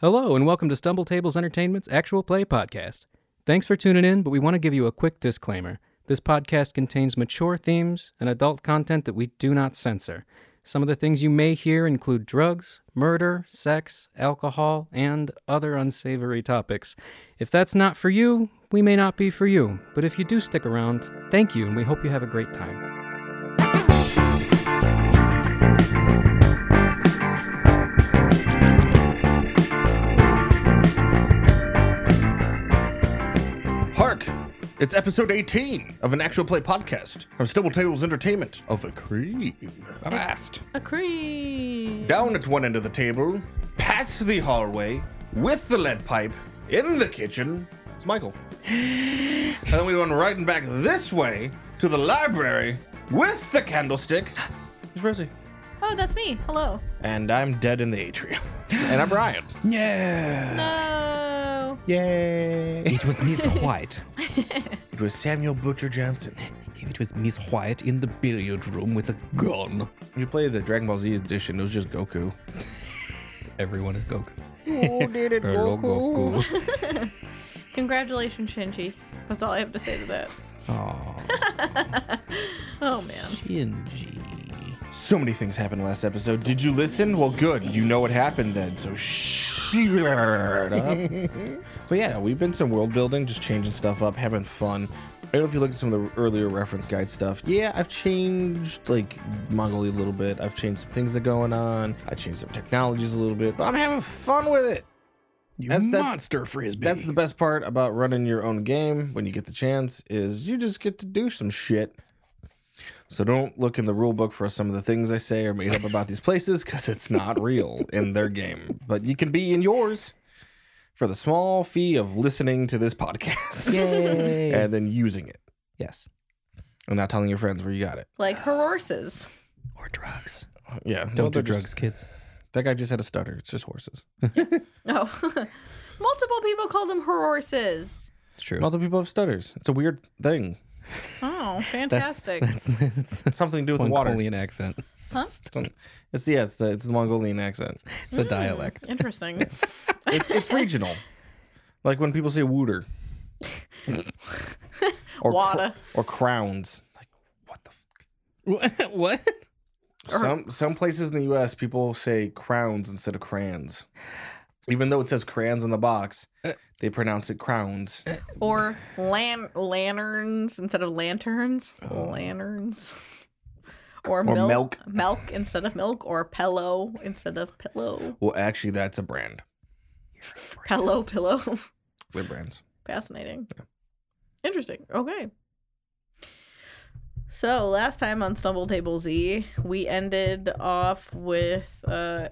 Hello, and welcome to Stumble Tables Entertainment's Actual Play Podcast. Thanks for tuning in, but we want to give you a quick disclaimer. This podcast contains mature themes and adult content that we do not censor. Some of the things you may hear include drugs, murder, sex, alcohol, and other unsavory topics. If that's not for you, we may not be for you, but if you do stick around, thank you, and we hope you have a great time. Hark! It's episode 18 of an actual play podcast from Stubble Tables Entertainment of a cream. Blast! A creep. Down at one end of the table, past the hallway, with the lead pipe, in the kitchen, it's Michael. and then we went riding back this way to the library with the candlestick. It's Rosie. Oh, that's me. Hello. And I'm dead in the atrium. and I'm Ryan. Yeah! No. Yay! It was Miss White. It was Samuel Butcher Johnson. It was Miss White in the billiard room with a gun. You play the Dragon Ball Z edition, it was just Goku. Everyone is Goku. Who did it, Hello, Goku. Congratulations, Shinji. That's all I have to say to that. Oh man. So many things happened last episode. Did you listen? Well, good. You know what happened then. So shut up. but yeah, we've been some world building, just changing stuff up, having fun. I don't know if you looked at some of the earlier reference guide stuff. Yeah, I've changed like Mongolia a little bit. I've changed some things that are going on. I changed some technologies a little bit, but I'm having fun with it. You That's- that's- monster frisbee. That's the best part about running your own game when you get the chance is you just get to do some shit. So don't look in the rule book for some of the things I say are made up about these places because it's not real in their game. But you can be in yours for the small fee of listening to this podcast and then using it Yes. and not telling your friends where you got it. Like her horses. or drugs. Yeah, Don't well, do they're just- drugs, kids. that guy just had a stutter. It's just horses. No. Oh. Multiple people call them her horses. It's true. Multiple people have stutters. It's a weird thing. Oh, that's, fantastic. that's, that's the It's something to do with the water. Mongolian accent. Something- It's yeah, it's the it's the Mongolian accent. It's a dialect. Interesting. It's it's regional. Like when people say wooter. or cr- Wada. or crowns. Like what the fuck? What? what? Some some places in the US people say crowns instead of crayons. Even though it says crayons in the box, Uh, they pronounce it crowns. or lan- lanterns instead of lanterns. Lanterns. Or, milk, milk. Milk instead of milk. Or pillow instead of pillow. Well, actually that's a brand. Pillow, pillow. They're brands. Fascinating. Interesting. Okay. So last time on Stumble Table Z, we ended off with uh,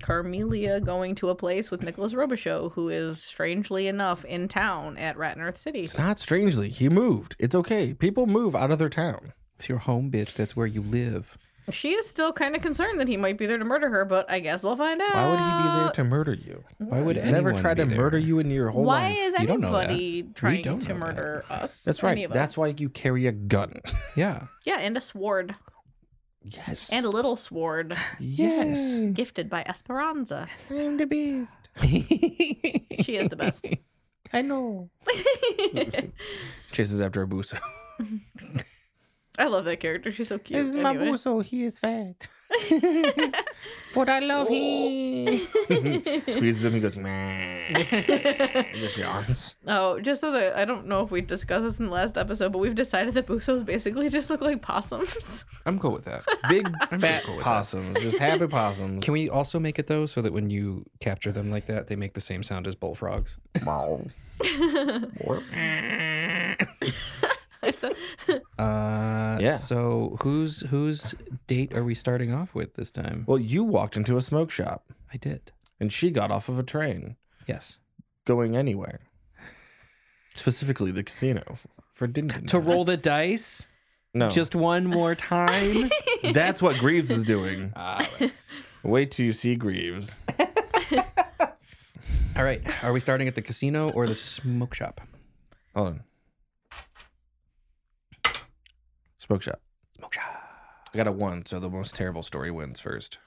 Carmelia going to a place with Nicholas Robichaux, who is strangely enough in town at Ratnearth City. It's not strangely. He moved. It's okay. People move out of their town. It's your home, bitch. That's where you live. She is still kind of concerned that he might be there to murder her, but I guess we'll find out. Why would he be there to murder you? Why would He's anyone never tried be to there? murder you in your whole Why life. is You don't know that. anybody trying don't to know that. murder us? That's Any right. of us? That's why you carry a gun. Yeah. Yeah, and a sword. Yes. And a little sword yes. gifted by Esperanza. I'm the beast. She is the best. I know. Chases after Abuso. I love that character. She's so cute. This is anyway. Mabuso. He is fat. but I love him. Squeezes him. He goes, man. Just yawns. Oh, just so that I don't know if we discussed this in the last episode, but we've decided that Busos basically just look like possums. I'm cool with that. Big fat cool with that. possums. Just happy possums. Can we also make it though, so that when you capture them like that, they make the same sound as bullfrogs? Meow. It's a- Uh, Yeah. So whose whose date are we starting off with this time? well, you walked into a smoke shop I did. and she got off of a train Yes. going anywhere. Specifically the casino for Dinkin. the dice no. Oh. one more time. That's what Greaves is doing. Ah, Wait till you see Greaves. All right. Are we starting at the casino or the smoke shop? Hold on. Smoke shop. Smoke shop. I got a one, so the most terrible story wins first.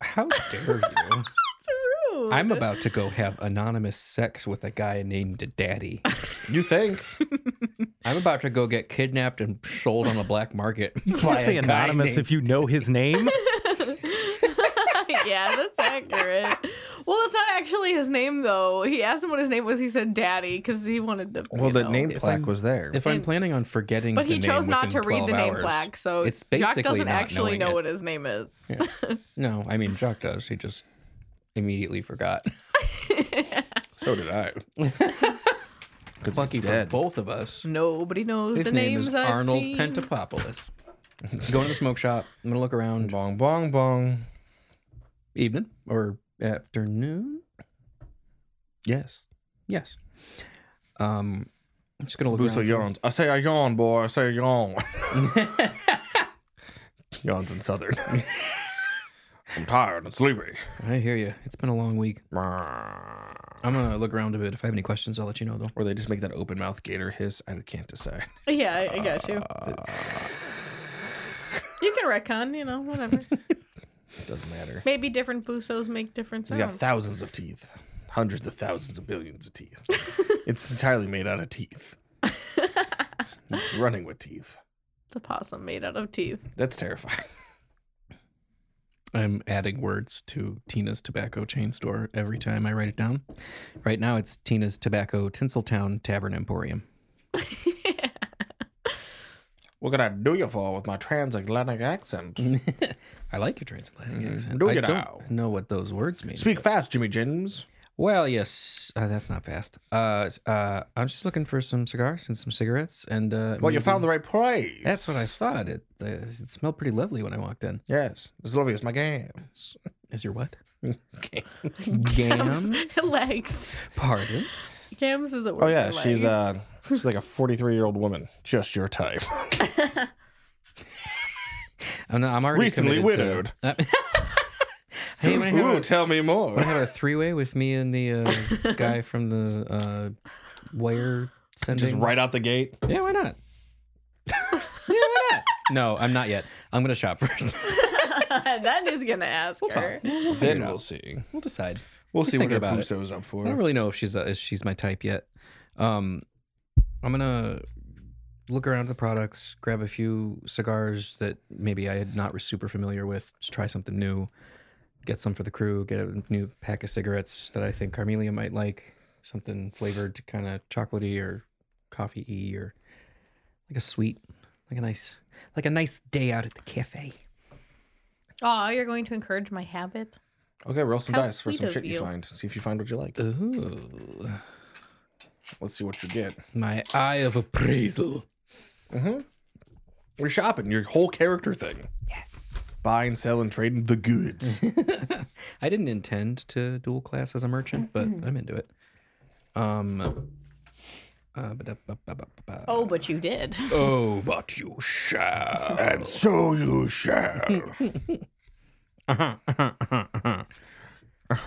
How dare you? it's rude. I'm about to go have anonymous sex with a guy named Daddy. You think? I'm about to go get kidnapped and sold on the black market. You Can't say anonymous if you know his name. yeah, that's accurate. Well, that's not actually his name though. He asked him what his name was. He said Daddy because he wanted to. Well, you the know. name if plaque I'm- was there. If I'm planning on forgetting, But the he name chose not within to read the 12 name hours, plaque, so it's Jock basically doesn't not knowing actually know it. what his name is. No, I mean Jock does. He just immediately forgot. so did I. 'Cause Lucky he's for dead. both of us. Nobody knows His the name names is I've Arnold seen. Pentapopoulos. Go to the smoke shop. I'm gonna look around. Bong bong bong. Evening or afternoon? Yes. Yes. Um, I'm just gonna look Busa around. yawns. I say I yawn, boy. I say I yawn. Yawns in southern. I'm tired and sleepy. I hear you. It's been a long week. Or I'm gonna look around a bit. If I have any questions, I'll let you know though. they just make that open mouth gator hiss. I can't decide. Yeah, I, I got you. Uh, You can retcon, you know, whatever. It doesn't matter. Maybe different busos make different He's got Oh. sounds. thousands of teeth, hundreds of thousands of billions of teeth. it's entirely made out of teeth. it's running with teeth. the possum made out of teeth. That's terrifying. I'm adding words to Tina's tobacco chain store every time I write it down. Right now, it's Tina's Tobacco Tinseltown Tavern Emporium. What can I do you for with my transatlantic accent? Mm-hmm. I like your transatlantic accent. do I you don't now? know what those words mean. Speak fast, Jimmy Jims. Well, yes, uh, that's not fast. Uh, s- uh, I'm just looking for some cigars and some cigarettes, and uh, Well, you maybe- found the right place. That's what I thought. It uh, it smelled pretty lovely when I walked in. Yes, as lovely as my games. Is your what? games. Gam? legs. Pardon? Cams is a word. Oh yeah, for she's legs. uh she's like a forty three year old woman, just your type. I'm, not, I'm already Recently committed to- hey, when I have, Ooh, a, tell me wanna more. have a three-way with me and the uh, guy from the uh, wire sending. Just right out the gate. Yeah, why not? yeah, why not? No, I'm not yet. I'm gonna shop first. that is gonna ask her. Figure it Then out. we'll see. We'll decide. We'll Just see what thinking her about it. Buso's up for. I don't really know if she's uh, if she's my type yet. Um, I'm gonna look around the products, grab a few cigars that maybe I had not was super familiar with. Just try something new, get some for the crew, get a new pack of cigarettes that I think Carmelia might like, something flavored, kind of chocolatey or coffee-y or like a sweet, like a nice, like a nice day out at the cafe. Oh, you're going to encourage my habit. Okay, roll some How dice for sweet some of shit you. you. find. See if you find what you like. Ooh, Let's see what you get. my eye of appraisal. You're shopping, your whole character thing. Yes. Buying, selling, trading the goods. I didn't intend to dual class as a merchant, but I'm into it. Um. Uh, ba-da-ba-ba-ba-ba. Oh, but you did. Oh, but you shall. and so you shall.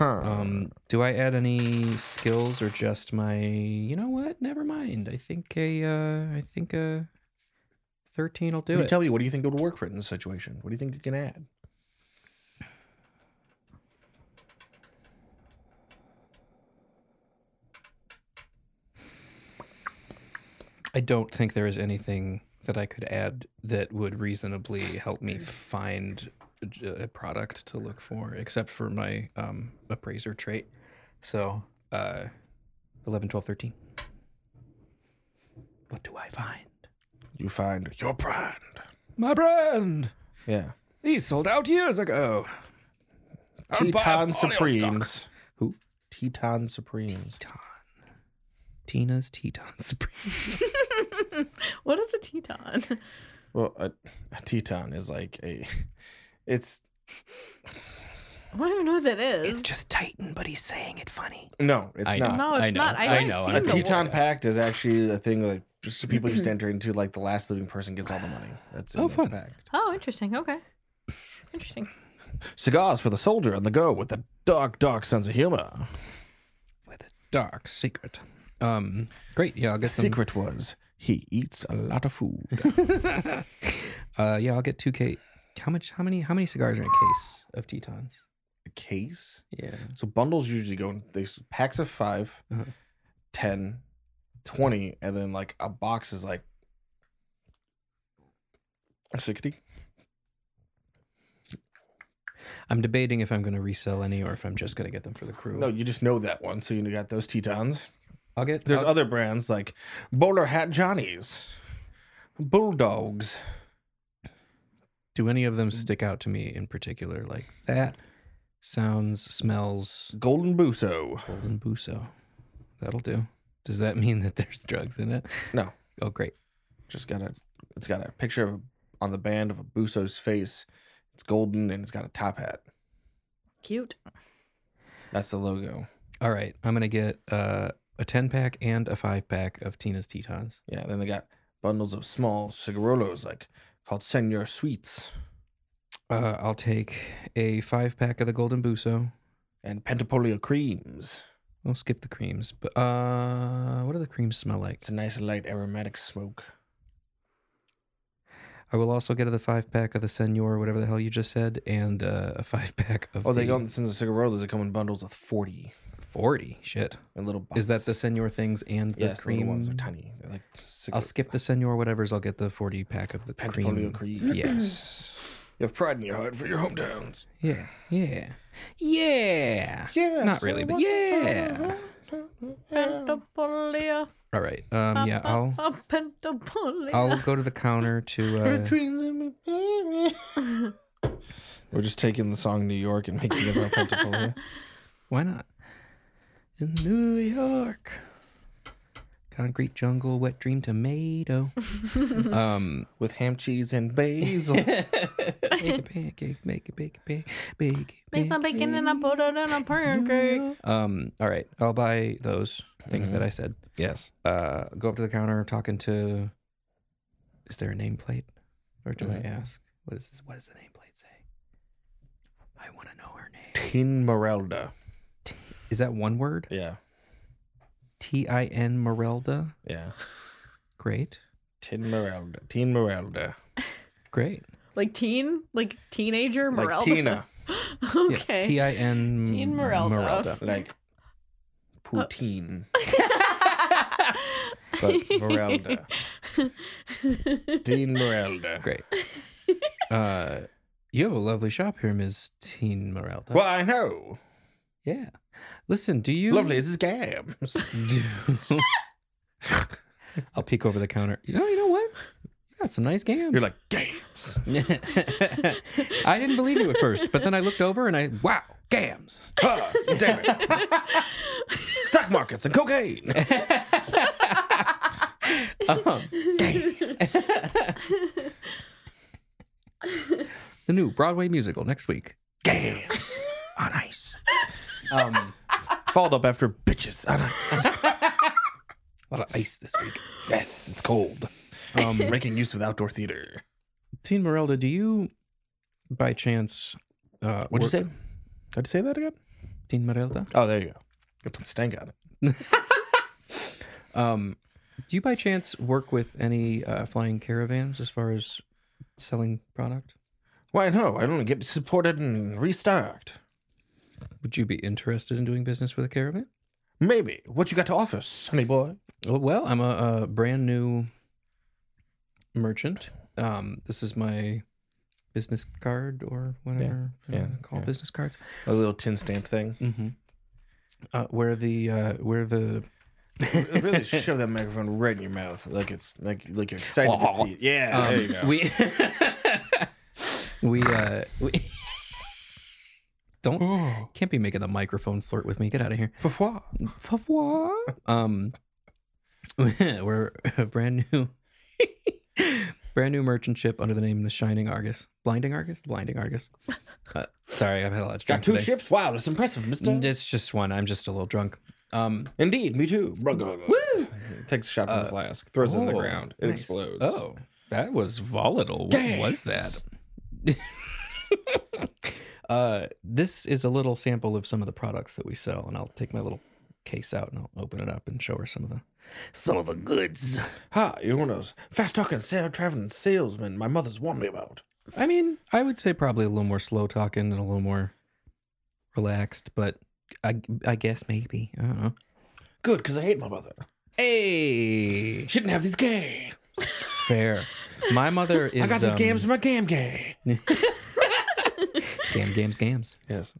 Um, do I add any skills or just my? You know what? Never mind. I think a. Uh, I think a. Thirteen will do Let me it. tell you, what do you think would work for it in this situation? What do you think you can add? I don't think there is anything that I could add that would reasonably help me find a j- a product to look for, except for my um, appraiser trait. So, uh, 11, 12, 13. What do I find? You find your brand. My brand! Yeah. These sold out years ago. I would buy Teton up all your Supremes. Who? Teton Supremes. Teton. Tina's Teton Supreme. What is a teton? Well, a, a teton is like a. It's I don't even know what that is. It's just Titan, but he's saying it funny. no, it's I know. not. no, it's I know, not. I, I I've know, Seen I A know. the Teton word. Pact is actually a thing like just people just enter into. Like the last living person gets all the money. That's in Oh, the fun. pact. Oh, interesting. Okay. Interesting. Cigars for the soldier on the go with a dark, dark sense of humor. With a dark secret. Um, great. Yeah, I'll get some. Secret was he eats a lot of food. Uh, yeah, I'll get two case. How much? How many? How many cigars are in a case of Tetons? a case. Yeah. So bundles usually go in they s- packs of 5 Uh-huh. 10, 20, and then like a box is like 60. I'm debating if I'm going to resell any or if I'm just going to get them for the crew. No, you just know that one. So you got those Tetons. I'll get. There's I'll- other brands like Bowler Hat Johnnies, Bulldogs. do any of Mm. them stick out to me in particular? Like that sounds, smells, Golden Buso. golden buso. That'll do. Does that mean that there's drugs in it? No. Oh, great. Just got a it's got a picture of on the band of a Buso's face. It's golden and it's got a top hat. Cute. That's the logo. All right. I'm going to get uh, a 10 pack and a 5 pack of Tina's Tetons. Yeah, then they got bundles of small cigarillos like called Senor Sweets Uh, I'll take a 5 pack of the golden buso. and Pentapolio creams. I'll skip the creams. But uh, what do the creams smell like? It's a nice light aromatic smoke. I will also get the five pack of the Senor, whatever the hell you just said, and uh, a five pack of. Oh, they the go since the cigarillos they come in bundles of forty forty. Shit, in little boxes. is that the Senor things and the yes, the cream? little ones are tiny. They're like cigar- I'll skip the Senor, whatever's. I'll get the forty pack of the cream. Pentapolio creams. Yes. You have pride in your heart for your hometowns. Yeah. Yeah. Yeah. Yeah. Not really, but yeah. uh-huh. Pentapolia. All right. Um. Yeah. I'll. A pentapolia. I'll go to the counter to. Her Uh, dreams in my- We're just taking the song New York and making it about Pentapolio. Why not? In New York. Concrete jungle, wet dream tomato. um, With ham cheese and basil. make a pancake, make a bake, bake, bake, Make the bacon and I put it in a pancake. Um, all right, I'll buy those things that I said. yes. Uh, go up to the counter, talking to. Is there a nameplate, or do I ask? What is this? What does the nameplate say? I want to know her name. Tin Merelda. Is that one word? Yeah. T I N Merelda. Yeah. Great, Tin Merelda. Tin Merelda. great. Like teen, like teenager Merelda. Like Tina. okay. T I N Teen Merelda. Like Uh. poutine. But Merelda. Tin Merelda. Great. uh, you have a lovely shop here, Ms. Teen Merelda. Well, I know. Yeah. Listen, do you Lovely. This is Gabs. do- I'll peek over the counter. You know, you know what? You got some nice games. You're like, Gabs. I didn't believe you at first, but then I looked over and I wow, gams. Ah, damn it. Stock markets and cocaine. Um, dang. the new Broadway musical next week. Gams. On ice. Um, Followed up after bitches on ice. a lot of ice this week. Yes, it's cold. Um, making use of outdoor theater. Teen Merelda, do you by chance uh What'd work- you say? How'd you say that again? Teen Merelda? Oh, there you go. You put the stank on it. Um, do you by chance work with any uh, flying caravans as far as selling product? Why no? I only get supported and restocked. Would you be interested in doing business with a caravan? Maybe. What you got to offer, sonny boy? Well, well I'm a, a brand new merchant. Um, this is my business card or whatever yeah, uh, call yeah. business cards. A little tin stamp thing. Mm-hmm. Uh, where the uh, where the really shove that microphone right in your mouth, like it's like like you're excited to see it. Yeah, there you go. um, we we uh we don't oh, can't be making the microphone flirt with me. Get out of here. for foie. Favor. Um, we're a brand new, brand new merchant ship under the name the Shining Argus, Blinding Argus, Blinding Argus. Uh, sorry, I've had a lot of drink Got two today. Mm, ships. Wow, that's impressive, Mister. It's just one. I'm just a little drunk. Um, Indeed, me too. Woo! Uh, Takes a shot from the flask, throws it on the oh, ground, it nice. explodes. Oh, that was volatile. What was that? uh, this is a little sample of some of the products that we sell, and I'll take my little case out and I'll open it up and show her some of the some of the goods. Ha, you're one of those fast talking, sale traveling salesmen my mother's warned me about. I mean, I would say probably a little more slow talking and a little more relaxed, but I, I guess maybe. I don't know. Good, because I hate my mother. Hey, Shouldn't have this game. fair. My mother is. I got these um, games in my game game. Gam Gams Gams. Yes.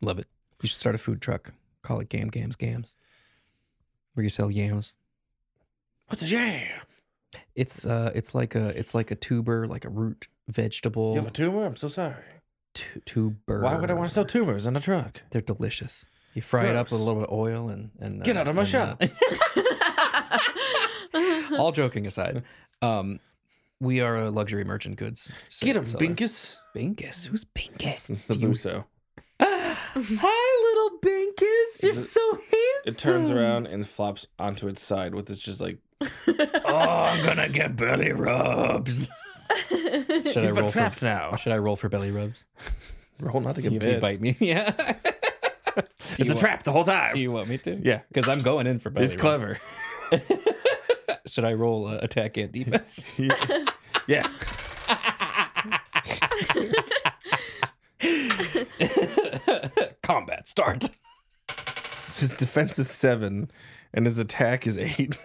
Love it. You should start a food truck. Call it Gam Gams Gams. Where you sell yams. What's a jam? It's uh, it's like a, it's like a tuber, like a root vegetable. You have a tumor? I'm so sorry. tu- tuber. Why would I want to sell tumors in a truck? They're delicious. You fry it up with a Gross. little bit of oil and and Get out of my and, uh, shop. all joking aside, um, we are a luxury merchant goods. se- Get him, seller. Binkus. Binkus. Who's Binkus? The Do you- Muso. Hi, little Binkus. You're Is it- so handsome. It turns around and flops onto its side with its just like, Oh, I'm gonna get belly rubs. should I you've roll been for? trapped now. Should I roll for belly rubs? Roll not to See if get you bit. bite me. Yeah. It's a trap the whole time. Do you want me to? Yeah. Because I'm going in for belly it's rubs. clever. Should I roll uh, attack and defense? yeah. Combat start. So his defense is seven and his attack is eight.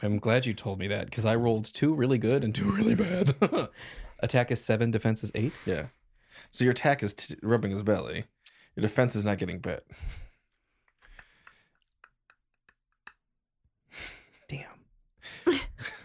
I'm glad you told me that because I rolled two really good and two really bad. attack is seven, defense is eight. yeah. So your attack is t- rubbing his belly. Your defense is not getting bit. Damn.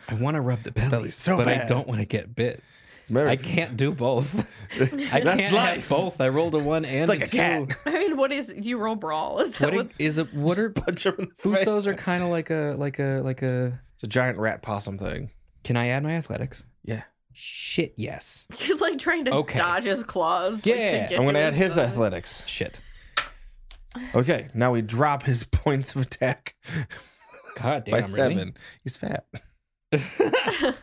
I want to rub the belly, Belly's so but I bad. don't want to get bit. Remember- I can't do both. I That's can't have life. both. I rolled a one and like a a two. cat. I mean, what is do you roll brawl? Is What that do- what? is it? What are Punch him in the face. Usos are kind of like a like a like a. It's a giant rat possum thing. Can I add my athletics? Yeah. Shit, yes. You're like trying to Okay. dodge his claws. like, Yeah. to get I'm going to to add his side. athletics. Shit. Okay. Now we drop his points of attack God damn, by really? seven. He's fat.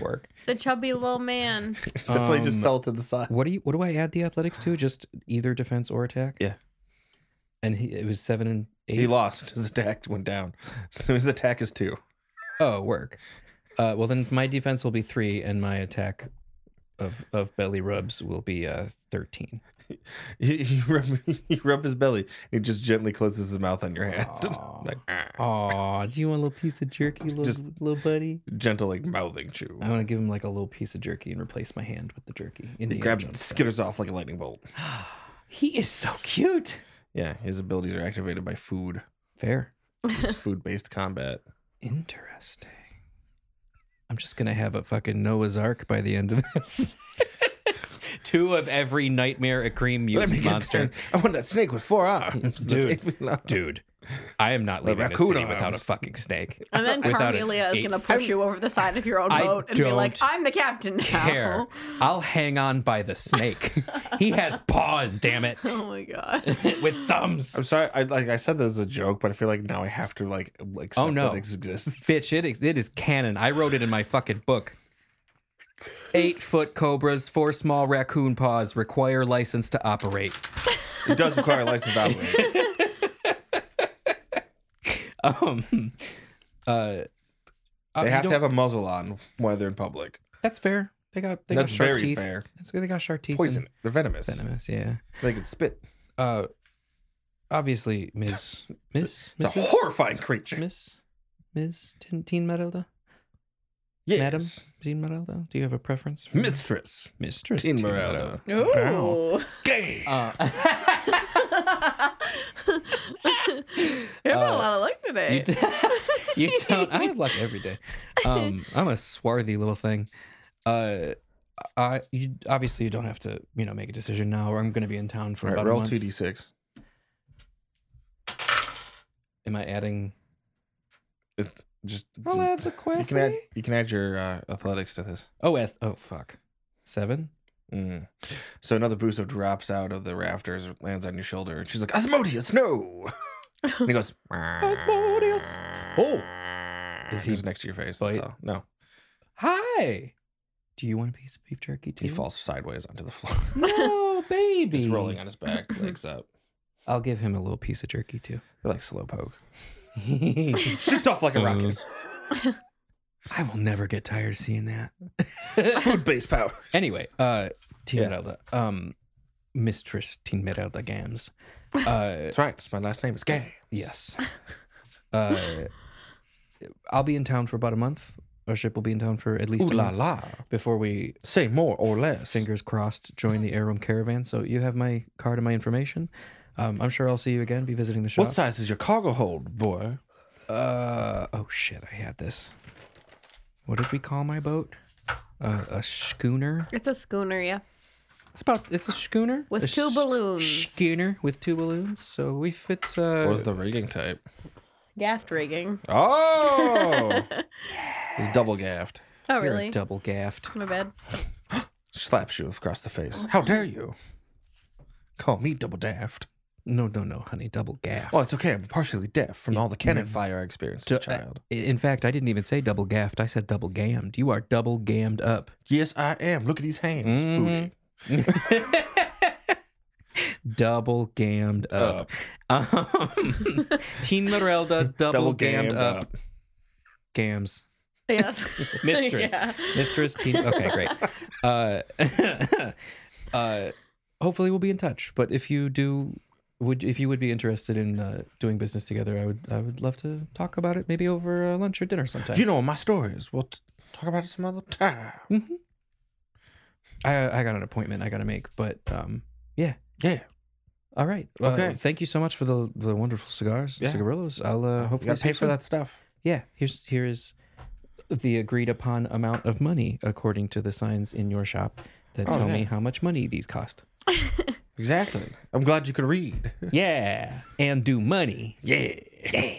Work. He's a chubby little man. That's why he just Um, fell to the side. What do you? What do I add the athletics to? Just either defense or attack. Yeah. And he, it was seven and eight. He lost. His attack went down. So his attack is two. Oh, work. Uh, well, then my defense will be three, and my attack of of belly rubs will be uh, thirteen. You, you, rub, you rub his belly and he just gently closes his mouth on your hand. like, "Ah." Aw, do you want a little piece of jerky, little Just- little buddy? gentle, like mouthing chew. I want to give him like a little piece of jerky and replace my hand with the jerky. He Indiana grabs it, Jones style. skitters off like a lightning bolt. He is so cute. Yeah, his abilities are activated by food. Fair. It's food based combat. Interesting. I'm just gonna have a fucking Noah's Ark by the end of this. It's Two of every nightmare a cream Let me mutant get monster. that- I want that snake with four arms. Dude. That's eight feet long. Dude, I am not leaving this raccoon city without a arms. fucking snake. And then Without an Carmelia is eight- going to push you over the side of your own I boat and be like, don't I'm the captain now. Hair. I'll hang on by the snake. he has paws, damn it, Oh my god. with thumbs. I'm sorry. I like I said this as a joke, but I feel like now I have to like like accept Oh, no. that it exists. Bitch, it is, it is canon. I wrote it in my fucking book. Eight foot cobras, four small raccoon paws require license to operate. It does require a license to operate. Um, uh, They have to have. have a muzzle on while they're in public. That's fair. They got they That's got sharp very teeth. fair. That's good. They got sharp teeth. Poison. They're venomous. and venomous. Yeah. They can spit. Uh, obviously, Ms. Miss It's Mrs. a horrifying creature. Miss Ms. Tin, Teen Merelda. Yes. Madam Teen Merelda. Do you have a preference? For Mistress. Mistress Teen Merelda. Ooh. Gay. Uh, You have a lot of luck today. Uh, you, d- you don't. I have luck every day. Um, I'm a swarthy little thing. Uh, I you obviously you don't have to you know make a decision now. Or I'm going to be in town for All right, about a roll month. two d six. Am I adding? Just Oh, you that's a question. can add you can add your uh, athletics to this. Oh, eth- oh fuck. Seven? Mm. So another Buso drops out of the rafters, lands on your shoulder, and she's like, Asmodeus, no! and he goes, Asmodeus. Oh. Is Is he he next to your face? That's bite? all. No. Hi. Do you want a piece of beef jerky too? He falls sideways onto the floor. No, baby. Just rolling on his back, legs up. I'll give him a little piece of jerky too. They're like slow poke. Shoots off like a rocket. I will never get tired of seeing that. Food based power. Anyway, uh Team Yeah. Zelda, Um Mistress Tinmera de Gams. Uh, That's right. It's my last name. It's gay. yes. Uh, I'll be in town for about a month. Our ship will be in town for at least Ooh a la month la. before we, Say more or less. fingers crossed, join the Air Room Caravan. So you have my card and my information. Um, I'm sure I'll see you again. Be visiting the shop. What size is your cargo hold, boy? Uh oh shit, I had this. What did we call my boat? Uh, a schooner. It's a schooner, yeah. It's about it's a schooner With A two sh- balloons. Schooner with two balloons. So we fit. Uh, What was the rigging type? Gaff rigging. Oh, it's double gaffed. Oh, you're a really? double gaffed. My bad. Slaps you across the face. How dare you? Call me double daft. No, no, no, honey, double gaff. Oh, it's okay. I'm partially deaf from all the cannon fire I experienced as Mm-hmm. a child. I- In fact, I didn't even say double gaffed. I said double gammed. You are double gammed up. Yes, I am. Look at these hands. Mm-hmm. Booty. Double gammed up. Um, Teen Merelda, double, gammed, up. Gams. Yes. mistress Yeah. mistress teen okay great uh uh hopefully we'll be in touch but if you do would if you would be interested in uh, doing business together i would i would love to talk about it maybe over uh, lunch or dinner sometime You know what my story is. We'll t- talk about it some other time. Mm-hmm. i i got an appointment i gotta make but um Yeah. all right Uh, Okay. thank you so much for the the wonderful cigars Yeah. cigarillos i'll uh, You hopefully gotta see pay you for soon. that stuff. yeah here's here is the agreed upon amount of money according to the signs in your shop that Oh, tell yeah. me how much money these cost Exactly. I'm glad you could read. Yeah, and do money. Yeah. Yeah.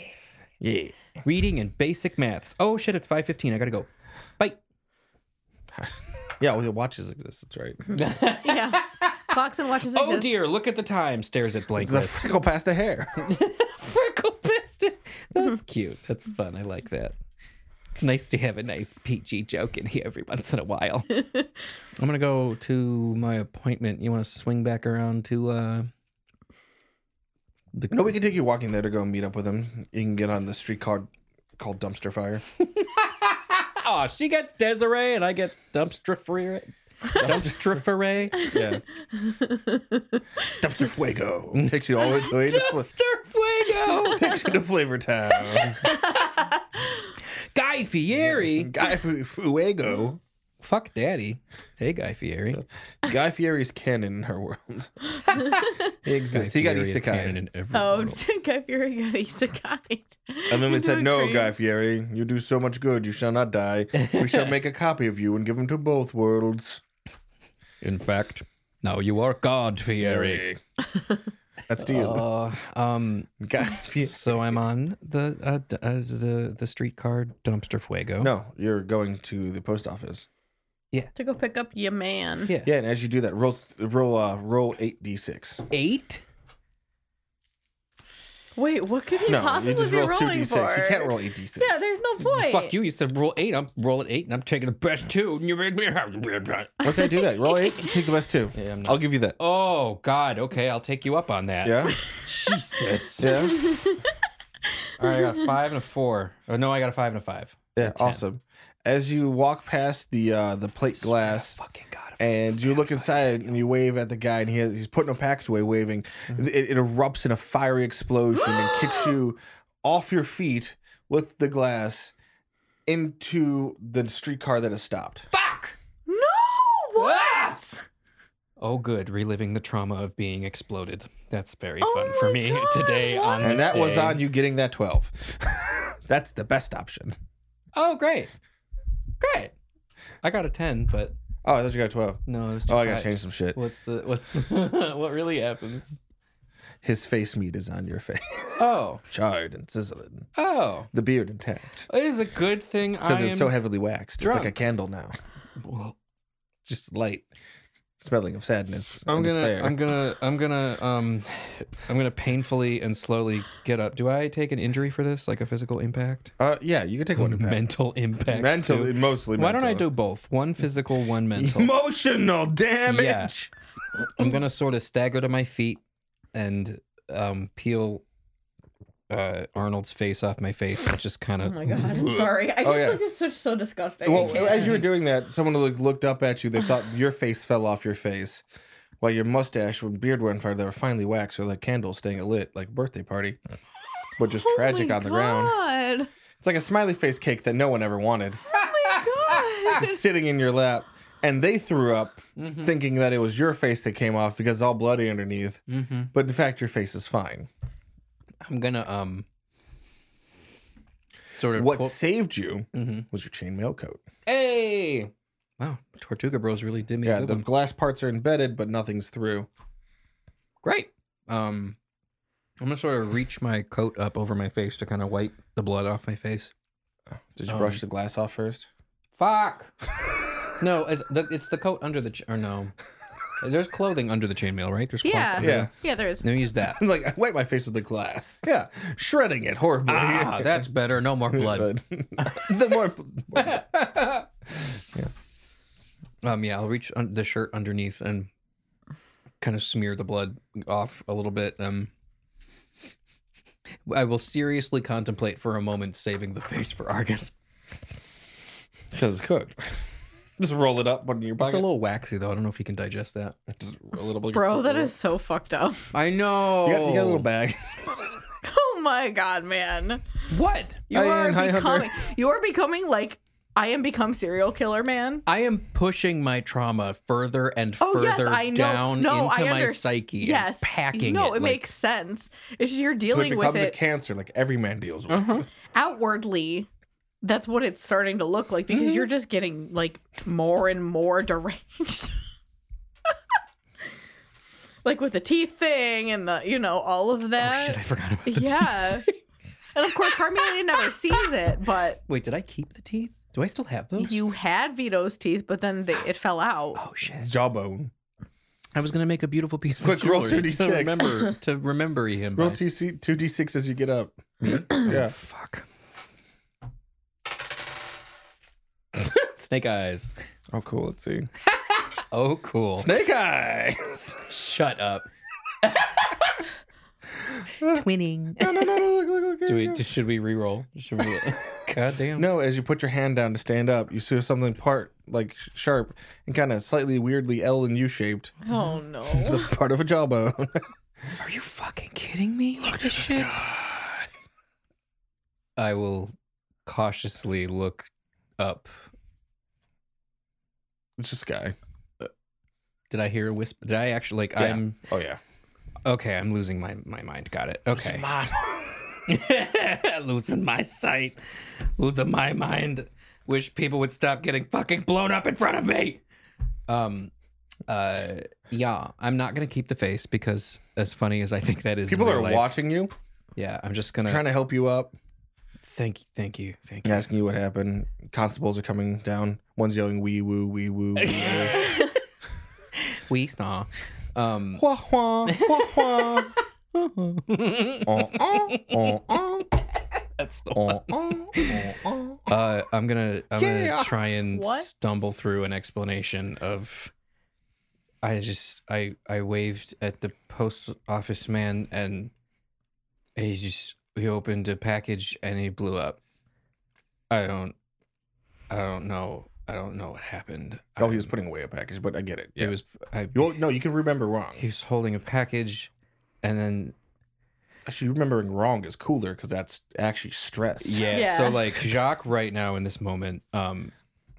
Yeah. Reading and basic maths. Oh shit, it's 5:15. I got to go. Bye. Yeah, well, watches exist. That's right. yeah. Clocks and watches exist. Oh dear, look at the time. Stares at blank Let's list. go past the hair. Freckle piston. That's cute. That's fun. I like that. It's nice to have a nice peachy joke in here every once in a while. I'm going to go to my appointment. You want to swing back around to uh the No, we can take you walking there to go meet up with him. You can get on the streetcar called Dumpster Fire. Oh, she gets Desiree and I get dumpster free. Dumpster free. Yeah. Dumpster Fuego takes you all the way to, Fla- Dumpster fuego. takes you to Flavor Town. Guy Fieri. Guy F- Fuego. Fuck Daddy. Hey, Guy Fieri. Guy Fieri's canon in her world. he exists. he got isekai. Oh, Guy Fury got isekai. And then they said, "No, Guy Fieri, you do so much good, you shall not die. We shall make a copy of you and give him to both worlds." In fact, now you are God Fieri. That's deal. Uh, um, Guy Fieri. so I'm on the uh, d- uh, the the streetcar dumpster fuego. No, you're going to the post office. To go pick up your man. Yeah. Yeah, and as you do that, roll roll uh, roll eight d six. Eight. Wait, what could he No, possibly you just be roll two rolling d for? six. You can't roll eight d six. Yeah, there's no point. Fuck you! You said roll eight. I'm rolling eight, and I'm taking the best two. And you make me. Okay, do that. Roll eight. You take the best two. Yeah, I'm not- I'll give you that. Oh God. Okay, I'll take you up on that. Yeah, Jesus. yeah, All right, I got a five and a four. Oh no, I got a five and a five. yeah. Awesome. As you walk past the uh, the plate glass, Fucking God. if I and you look inside and you wave at the guy, and he has, he's putting a package away, waving. Mm-hmm. It, it erupts in a fiery explosion and kicks you off your feet with the glass into the streetcar that has stopped. Fuck! No, Ah! what? Oh, good. Reliving the trauma of being exploded. That's very Oh fun for my me God, today what? on and this that was day. on you getting that 12 that's the best option Oh, great. Great. I got a 10, but oh i thought you got a 12 no, it was two oh i gotta fives. change some shit What's the, what's the, what really happens? his face meat is on your face Oh, charred and sizzling oh. the beard intact It is a good thing I because am. it's so heavily waxed it's like a drunk. candle now Well, just light smelling of sadness I'm and gonna, despair. I'm gonna, I'm gonna, um, I'm gonna painfully and slowly get up. Do I take an injury for this, like a physical impact, uh yeah you can take one impact mental impact? mentally too? mostly Why don't I mental. do both? One physical, one mental. emotional damage Yeah. I'm gonna sort of stagger to my feet and um, peel uh, Arnold's face off my face and just kind Oh of. my god, I'm sorry. I just Oh, think yeah. like this is so disgusting. I Well, can't. as you were doing that, someone like looked up at you. They thought your face fell off your face, while your mustache and beard were on fire, they were finely waxed or like candles staying lit like a birthday party. But just tragic Holy on the ground. Oh God. It's like a smiley face cake that no one ever wanted. Oh my God. Just sitting in your lap. And they threw up thinking that it was your face that came off because it's all bloody underneath. Mm-hmm. But in fact your face is fine. I'm gonna um sort of What pull- saved you Mhm. was your chainmail coat. Hey! Wow, Tortuga Bros really did me a Yeah, good the one. glass parts are embedded, but nothing's through. Great. Um, I'm gonna sort of reach my coat up over my face to kind of wipe the blood off my face. Did you Um, brush the glass off first? Fuck. no, it's the it's the coat under the ch- or no. There's clothing under the chainmail, right? There's cloth Yeah. under Yeah. Yeah, there is. Let me use that. I'm like, I wipe my face with the glass. Yeah. Shredding it horribly. Ah, that's better. No more blood. But- the more Um, yeah, I'll reach un- the shirt underneath and kind of smear the blood off a little bit. Um, I will seriously contemplate for a moment saving the face for Argus. because it's cooked. Just roll it up on It's your a pocket. little waxy though. I don't know if you can digest that. Just roll it up on your Bro, foot. that is so fucked up. I know. You got, you got a little bag. Oh my god, man. What? You Hi, are Ian. Hi, Hunter. becoming you are becoming like I am become serial killer man. I am pushing my trauma further and Oh further yes, I know. down no, into I my under- psyche. and Yes, packing it. No, it like- makes sense. It's just you're So it dealing with becomes a it Uh-huh. cancer, like every man deals with. outwardly. That's what it's starting to look like Mm-hmm. because you're just getting like more and more deranged. like with the teeth thing and the you know all of Oh that. shit! I forgot about the teeth. yeah. and of course, Carmelia never sees it, but Wait, did I keep the teeth? Do I still have those? you had Vito's teeth, but then they, it fell out. Oh shit! It's jawbone. I was gonna make a beautiful piece Quick, of roll jewelry to 2d6. remember to remember him. Roll by. two d six as you get up. yeah. Fuck. Snake eyes. Oh, cool. Let's see. Oh, cool. Snake eyes. Shut up. Oh, no, no, no, no. Look, look, look. Do here, we? here. do- Should we re-roll? Should we? God damn. No, as you put your hand down to stand up, you see something part like sh- sharp and kind of slightly weirdly L and U shaped. Oh no. It's a part of a jawbone. Are you fucking kidding me? Look at this shit. I will cautiously look up. it's just guy. Did I hear a whisper? Did I actually like? Yeah. I'm Oh yeah. okay. I'm losing my my mind. Got it. Okay. Mom. losing my sight, losing my mind. Wish people would stop getting fucking blown up in front of me. Um, uh, yeah, I'm not gonna keep the face because as funny as I think that is, in People real are life- watching you, Yeah, I'm just gonna. trying to help you up, Thank you, thank you, thank you. asking you what happened. Constables are coming down. One's yelling wee woo wee woo. Wee, woo. We saw. Um, wah wah wah wah. Oh, oh, oh, oh, That's the oh, oh, oh, oh. uh, I'm gonna I'm Yeah. gonna try and What? stumble through an explanation of. I just I I waved at the post office man and he just he opened a package and he blew up. I don't I don't know I don't know what happened. Oh, he was I'm- putting away a package, but I get it. It Yeah. was I, You, no, you can remember wrong. he was holding a package, and then Actually, remembering wrong is cooler because that's actually stress. yeah, Yeah. So like Jacques, right now in this moment, um,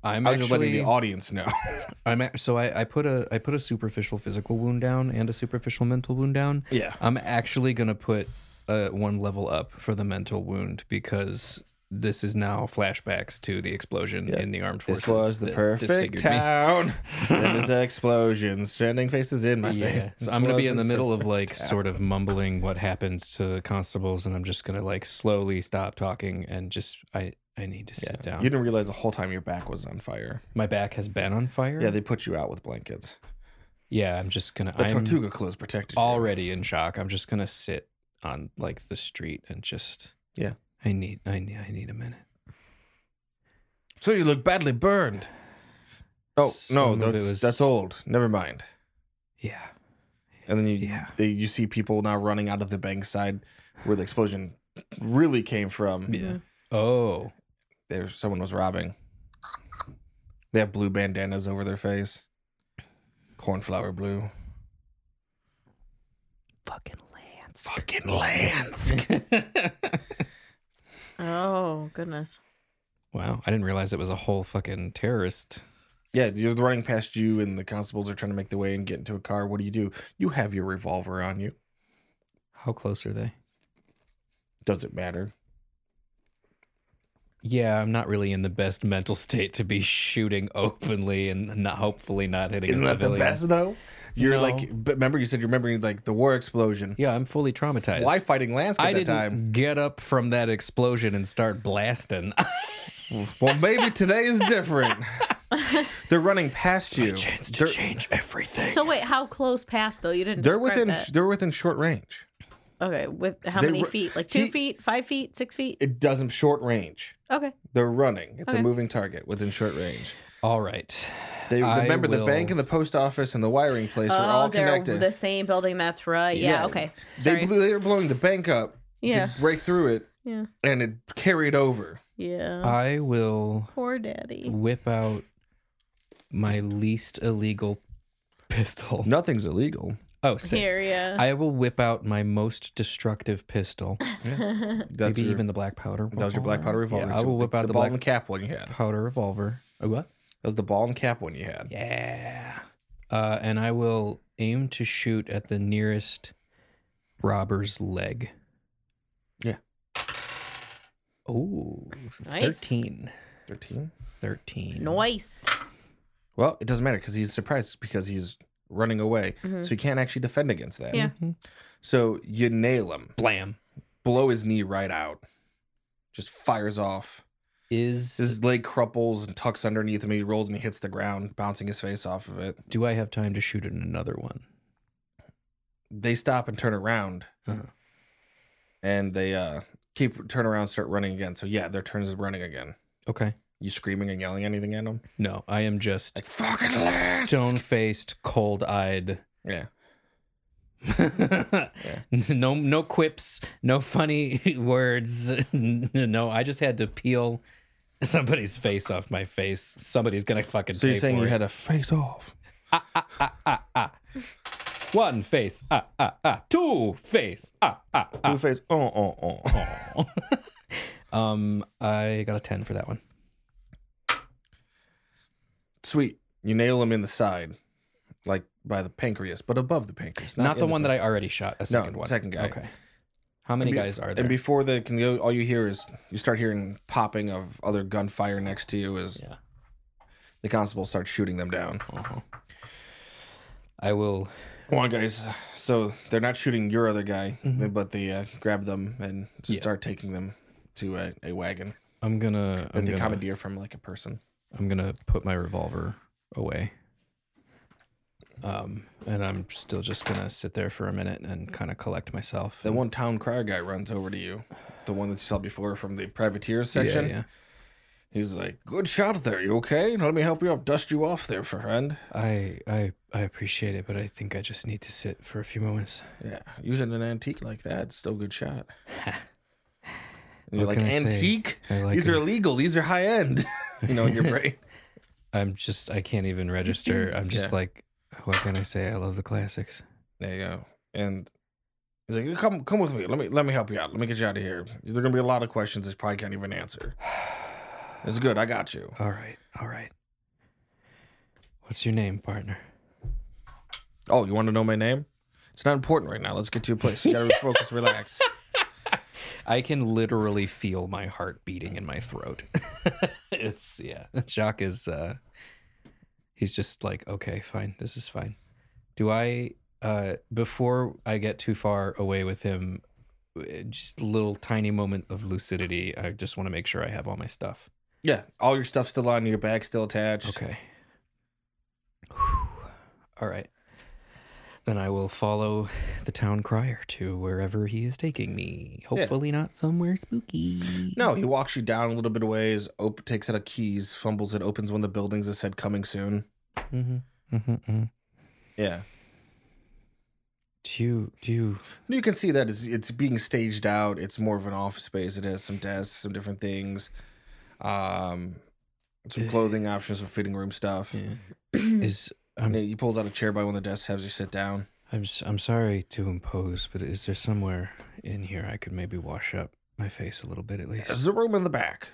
I'm I was just letting actually the audience know. I'm at, so I, I put a I put a superficial physical wound down and a superficial mental wound down. Yeah. I'm actually gonna put uh, one level up for the mental wound because this is now flashbacks to the explosion in the armed forces. This was the that perfect disfigured town. and there's explosions, sending faces in my Me. Yeah. face. So I'm gonna be in the This middle of like sort of mumbling what happened to the constables, and I'm just gonna like slowly stop talking and just I I need to sit wasn't- down. You didn't realize the whole time your back was on fire. My back has been on fire. Yeah, they put you out with blankets. yeah. I'm just gonna. The I'm, Tortuga clothes protected you. already in shock. I'm just gonna sit on like the street and just Yeah. I need I need I need a minute. So you look badly burned. Oh no, Some of it that's, was- that's old. Never mind. Yeah. And then you Yeah. they, you see people now running out of the bank side where the explosion really came from. Yeah. Mm-hmm. Oh. There someone was robbing. They have blue bandanas over their face. Cornflower blue. Fucking Lance. Fucking Lansk. Oh goodness. Wow, I didn't realize it was a whole fucking terrorist. yeah, you're running past you, and the constables are trying to make their way and get into a car. What do you do? You have your revolver on you. How close are they? Doesn't matter. Yeah, I'm not really in the best mental state to be shooting openly and not hopefully not hitting. Isn't a that the civilian. best though? You're No. like, but remember you said you're remembering like the war explosion. Yeah, I'm fully traumatized. Why fighting Lansk at I that didn't time? get up from that explosion and start blasting. Well, maybe today is different. They're running past you. They're, change everything. So wait, how close past though? You didn't. they're describe within that. they're within short range. Okay, with how They many were- feet? Like two he- feet, five feet, six feet? It doesn't short range. Okay. They're running. It's a Okay. moving target within short range. All right. They I remember the will- bank and the post office and the wiring place are oh, all they're connected. the same building. That's right. Yeah. Yeah. Okay. Sorry. they blew, they were blowing the bank up Yeah. to break through it, Yeah. and it carried over. Yeah. Uh, I will Poor daddy. whip out my least illegal pistol. Nothing's illegal. Oh, sick. Here, yeah. I will whip out my most destructive pistol. That's maybe your, even the black powder. that was your black powder revolver. Yeah, I So will whip the, out the, the, ball black and cap one you had. That powder revolver. Oh, what? was the ball and cap one you had. Yeah. Uh, and I will aim to shoot at the nearest robber's leg. Yeah. Oh, Nice. 13. Thirteen. 13. Noise. Well, it doesn't matter because he's surprised because he's running away, so he can't actually defend against that. Mm-hmm. Yeah. So you nail him, Mm-hmm. Blam. blow his knee right out, just fires off. Is His leg crumples and tucks underneath him. He rolls and he hits the ground, bouncing his face off of it. do I have time to shoot at another one? They stop and turn around, Uh-huh. and they uh, keep turn around, start running again. So yeah, their turn is running again. Okay. You screaming and yelling anything at them? No, I am just Like fucking Lance!" stone faced, cold eyed. Yeah. no no quips, no funny words. no, I just had to peel somebody's face off my face. Somebody's gonna fucking So you're pay saying for you it. had a face off? one face, ah ah ah, two face, ah ah. Two face. Oh oh oh. Um, I got a ten for that one. Sweet. You nail him in the side, like by the pancreas, but above the pancreas. Not, the one that I already shot. A second one. second guy. Okay. How many guys are there? And before they can go, all you hear is you start hearing popping of other gunfire next to you as Yeah. the constable starts shooting them down. I will. Come on, guys. So they're not shooting your other guy, but they uh, grab them and Mm-hmm. Yeah. start taking them to a, a wagon I'm gonna. that I'm they gonna, commandeer from like a person. I'm gonna put my revolver away. Um, and I'm still just gonna sit there for a minute and kind of collect myself. That one town crier guy runs over to you, the one that you saw before from the privateers Yeah, section. yeah. He's like, "Good shot there. You okay? Let me help you up. Dust you off there, friend." I I I appreciate it, but I think I just need to sit for a few moments. Yeah, using an antique like that, it's still a good shot. And you're What can like I say? antique? I like these are it." illegal. These are high end. you know, in your brain. I'm just I can't even register. I'm just Yeah. like, what can I say? I love the classics. There you go. And he's like, "Come, come with me. Let me, let me help you out. Let me get you out of here. There're gonna be a lot of questions that you probably can't even answer." It's good. I got you. All right, all right. What's your name, partner? Oh, you want to know my name? It's not important right now. Let's get to your place. You gotta focus, relax. I can literally feel my heart beating in my throat. it's yeah. Jacques is uh he's just like, okay, fine, this is fine. Do I uh before I get too far away with him uh, just a little tiny moment of lucidity. I just want to make sure I have all my stuff. Yeah, all your stuff's still on. Your bag's still attached. Okay. Whew. All right. Then I will follow the town crier to wherever he is taking me. Hopefully not somewhere spooky. No, he walks you down a little bit of ways, op- takes out a keys, fumbles it, opens one of the buildings that said coming soon. Mm-hmm. Mm-hmm, Yeah. Do you do you You can see that it's, it's being staged out. It's more of an office space. It has some desks, some different things, um, some Yeah. clothing options, some fitting room stuff. is Um, And he pulls out a chair by one of the desks, has you sit down. I'm s- I'm sorry to impose, but is there somewhere in here I could maybe wash up my face a little bit at least? There's a room in the back.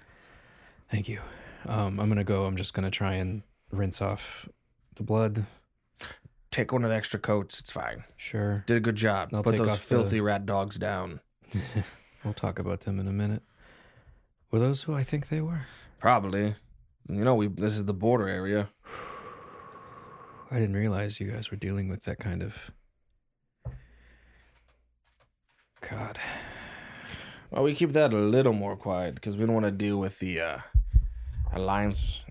Thank you. Um, I'm gonna go. I'm just gonna try and rinse off the blood. Take one of the extra coats. It's fine. Sure. Did a good job. I'll Put take those off the- filthy rat dogs down. We'll talk about them in a minute. Were those who I think they were? Probably. You know, we this is the border area. I didn't realize you guys were dealing with that kind of. God. Well, we keep that a little more quiet because we don't want to deal with the uh, alliance,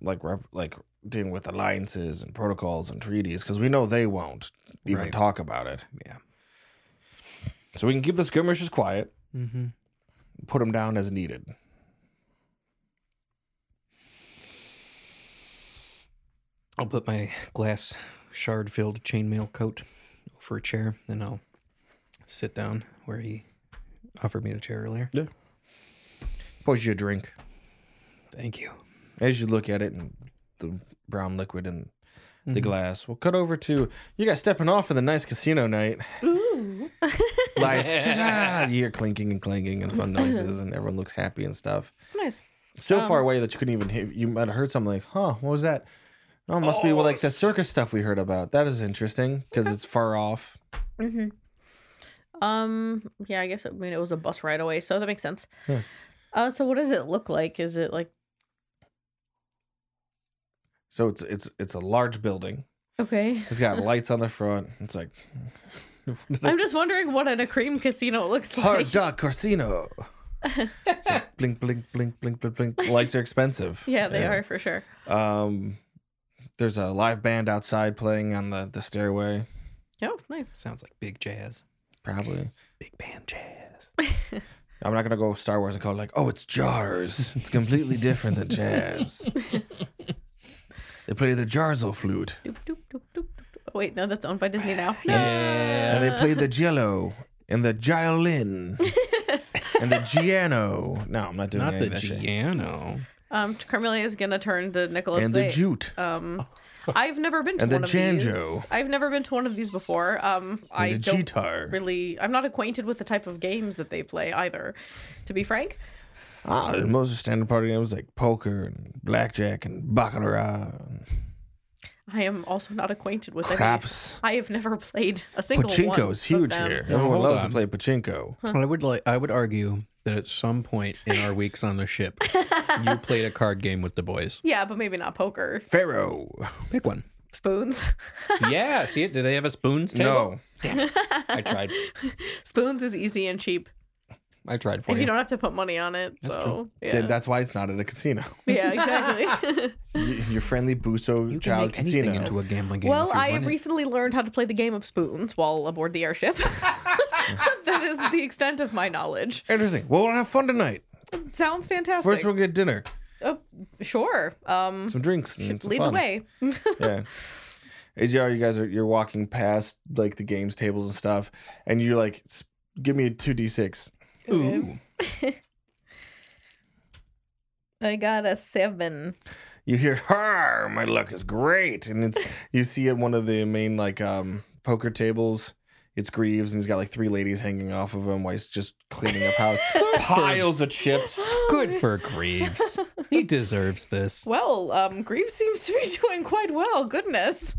like rep, like dealing with alliances and protocols and treaties because we know they won't even Right. talk about it. Yeah. So we can keep the skirmishes quiet, Mm-hmm. put them down as needed. I'll put my glass shard filled chainmail coat over a chair and I'll sit down where he offered me the chair earlier. Pours you a drink Thank you. as you look at it and the brown liquid in Mm-hmm. the glass. We'll cut over to you guys stepping off for the nice casino night. Ooh. Lights, ah, you hear clinking and clinking and fun noises, and everyone looks happy and stuff. nice. so far Um, away that you couldn't even hear. You might have heard something like, "Huh, what was that?" No, it must be like Oh, the circus stuff we heard about. That is interesting because it's far off. hmm Um. Yeah, I guess I mean it was a bus ride away, so that makes sense. Yeah. Uh. So, what does it look like? Is it like So it's it's it's a large building. okay? It's got lights on the front. It's like I'm just wondering what an cream casino looks like. hard dog casino. It's like blink, blink, blink, blink, blink, blink. Lights are expensive. Yeah, they are for sure. are. Um, there's a live band outside playing on the the stairway. Oh, nice. Sounds like big jazz. Probably. Big band jazz. I'm not gonna go Star Wars and call it like, oh, it's jars. It's completely different than jazz. they play the jarzo flute, Doop, doop, doop, doop, doop. Oh, wait, no, that's owned by Disney now. No. and they play the jello and the violin and the giano. No, I'm not doing Not any the of that shit. piano. Um, Carmelia is gonna turn to Nicholas And the jute. Um, I've never been to And the one of Janjo. these. I've never been to one of these before. Um, I the don't guitar. really. I'm not acquainted with the type of games that they play either. To be frank, Ah, and most of the standard party games like poker and blackjack and baccarat and I am also not acquainted with any- craps. I have never played a single one. Pachinko's of huge them. here. Everyone hold loves on. to play pachinko. I would like. I would argue that at some point in our weeks on the ship, you played a card game with the boys. Yeah, but maybe not poker. Pharaoh. Pick one. Spoons. yeah. See it? Do they have a spoons table? No. I tried. Spoons is easy and cheap, I tried Oh, for and you. you don't have to put money on it. so yeah, Then that's why it's not at a casino. yeah, exactly. Y- Your friendly Buso You can child make anything casino. into a gambling game. Well, if you I want it. recently learned how to play the game of spoons while aboard the airship. that is the extent of my knowledge. Interesting. Well, we'll have fun tonight. Sounds fantastic. First, we'll get dinner, Oh, sure. Um, some drinks, and some lead fun. the way. Yeah. AGR, you guys are you're walking past like the games tables and stuff, and you're like, "S- give me a two d six. Ooh. I got a seven. You hear, "Har, my luck is great," and it's you see at one of the main like um poker tables. It's Greaves, and he's got like three ladies hanging off of him while he's just cleaning up house. Piles of chips. Good for Greaves. he deserves this. Well, um, Grief seems to be doing quite well. Goodness.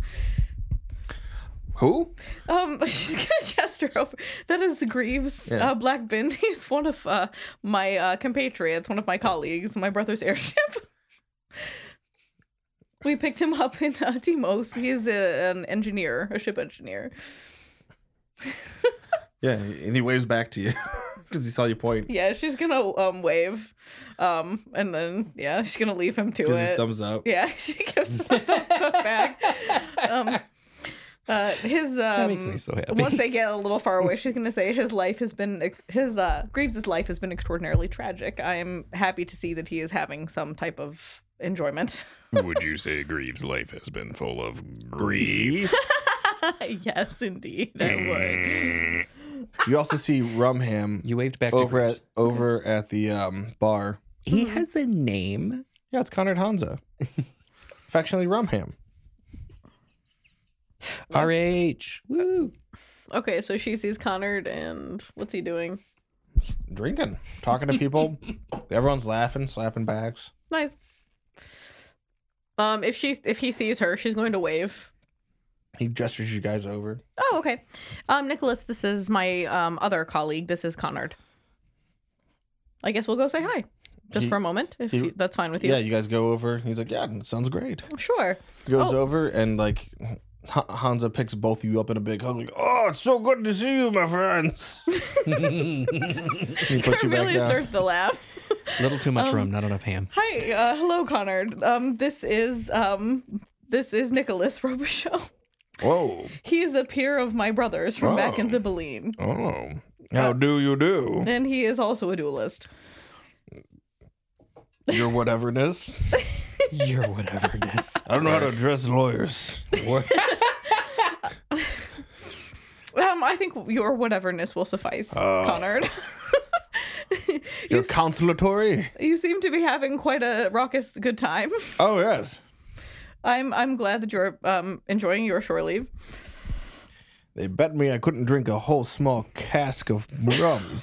Who? Um, she's gonna gesture over. That is Greaves, Yeah. uh, Black Bin. He's one of uh, my uh, compatriots, one of my colleagues, my brother's airship. we picked him up in uh, Timos. He is a, an engineer, a ship engineer. Yeah, and he waves back to you because he saw you point. Yeah, she's gonna um wave, um, and then yeah, she's gonna leave him to Gives his it. thumbs up. Yeah, she gives him a thumbs up back. Um, uh, his um, makes me so happy. Once they get a little far away, she's gonna say his life has been his uh, Greaves' life has been extraordinarily tragic. I am happy to see that he is having some type of enjoyment. Would you say Greaves' life has been full of grief? yes, indeed, I You also see Rumham You waved back over to at Greaves. over at the um, bar. He has a name. Yeah, it's Conrad Hanza, affectionately Rumham. RH. Woo. Okay, so she sees Connard and what's he doing? Drinking, talking to people. Everyone's laughing, slapping backs. Nice. Um, if she if he sees her, she's going to wave. He gestures you guys over. Oh, okay. Um, Nicholas, this is my um other colleague. This is Connard. I guess we'll go say hi, just He- for a moment, if he- you, that's fine with you. Yeah, you guys go over. He's like, yeah, sounds great. Sure. He goes Oh. over and like H- Hansa picks both of you up in a big hug. Like, oh, it's so good to see you, my friends. he puts you back Carmelia down. starts to laugh. A little too much room, not enough ham. Hi, uh, hello, Connard. Um, this is um, this is Nicholas Robichaux. Whoa. He is a peer of my brother's from back in Oh. Zibeline, Oh. Uh, How do you do? and he is also a duelist. Your whateverness. Your whateverness. I don't know how to address lawyers. What? Um, I think your whateverness will suffice, Uh. Connard. Your consolatory. you seem to be having quite a raucous good time. Oh yes. I'm I'm glad that you're um enjoying your shore leave. They bet me I couldn't drink a whole small cask of rum.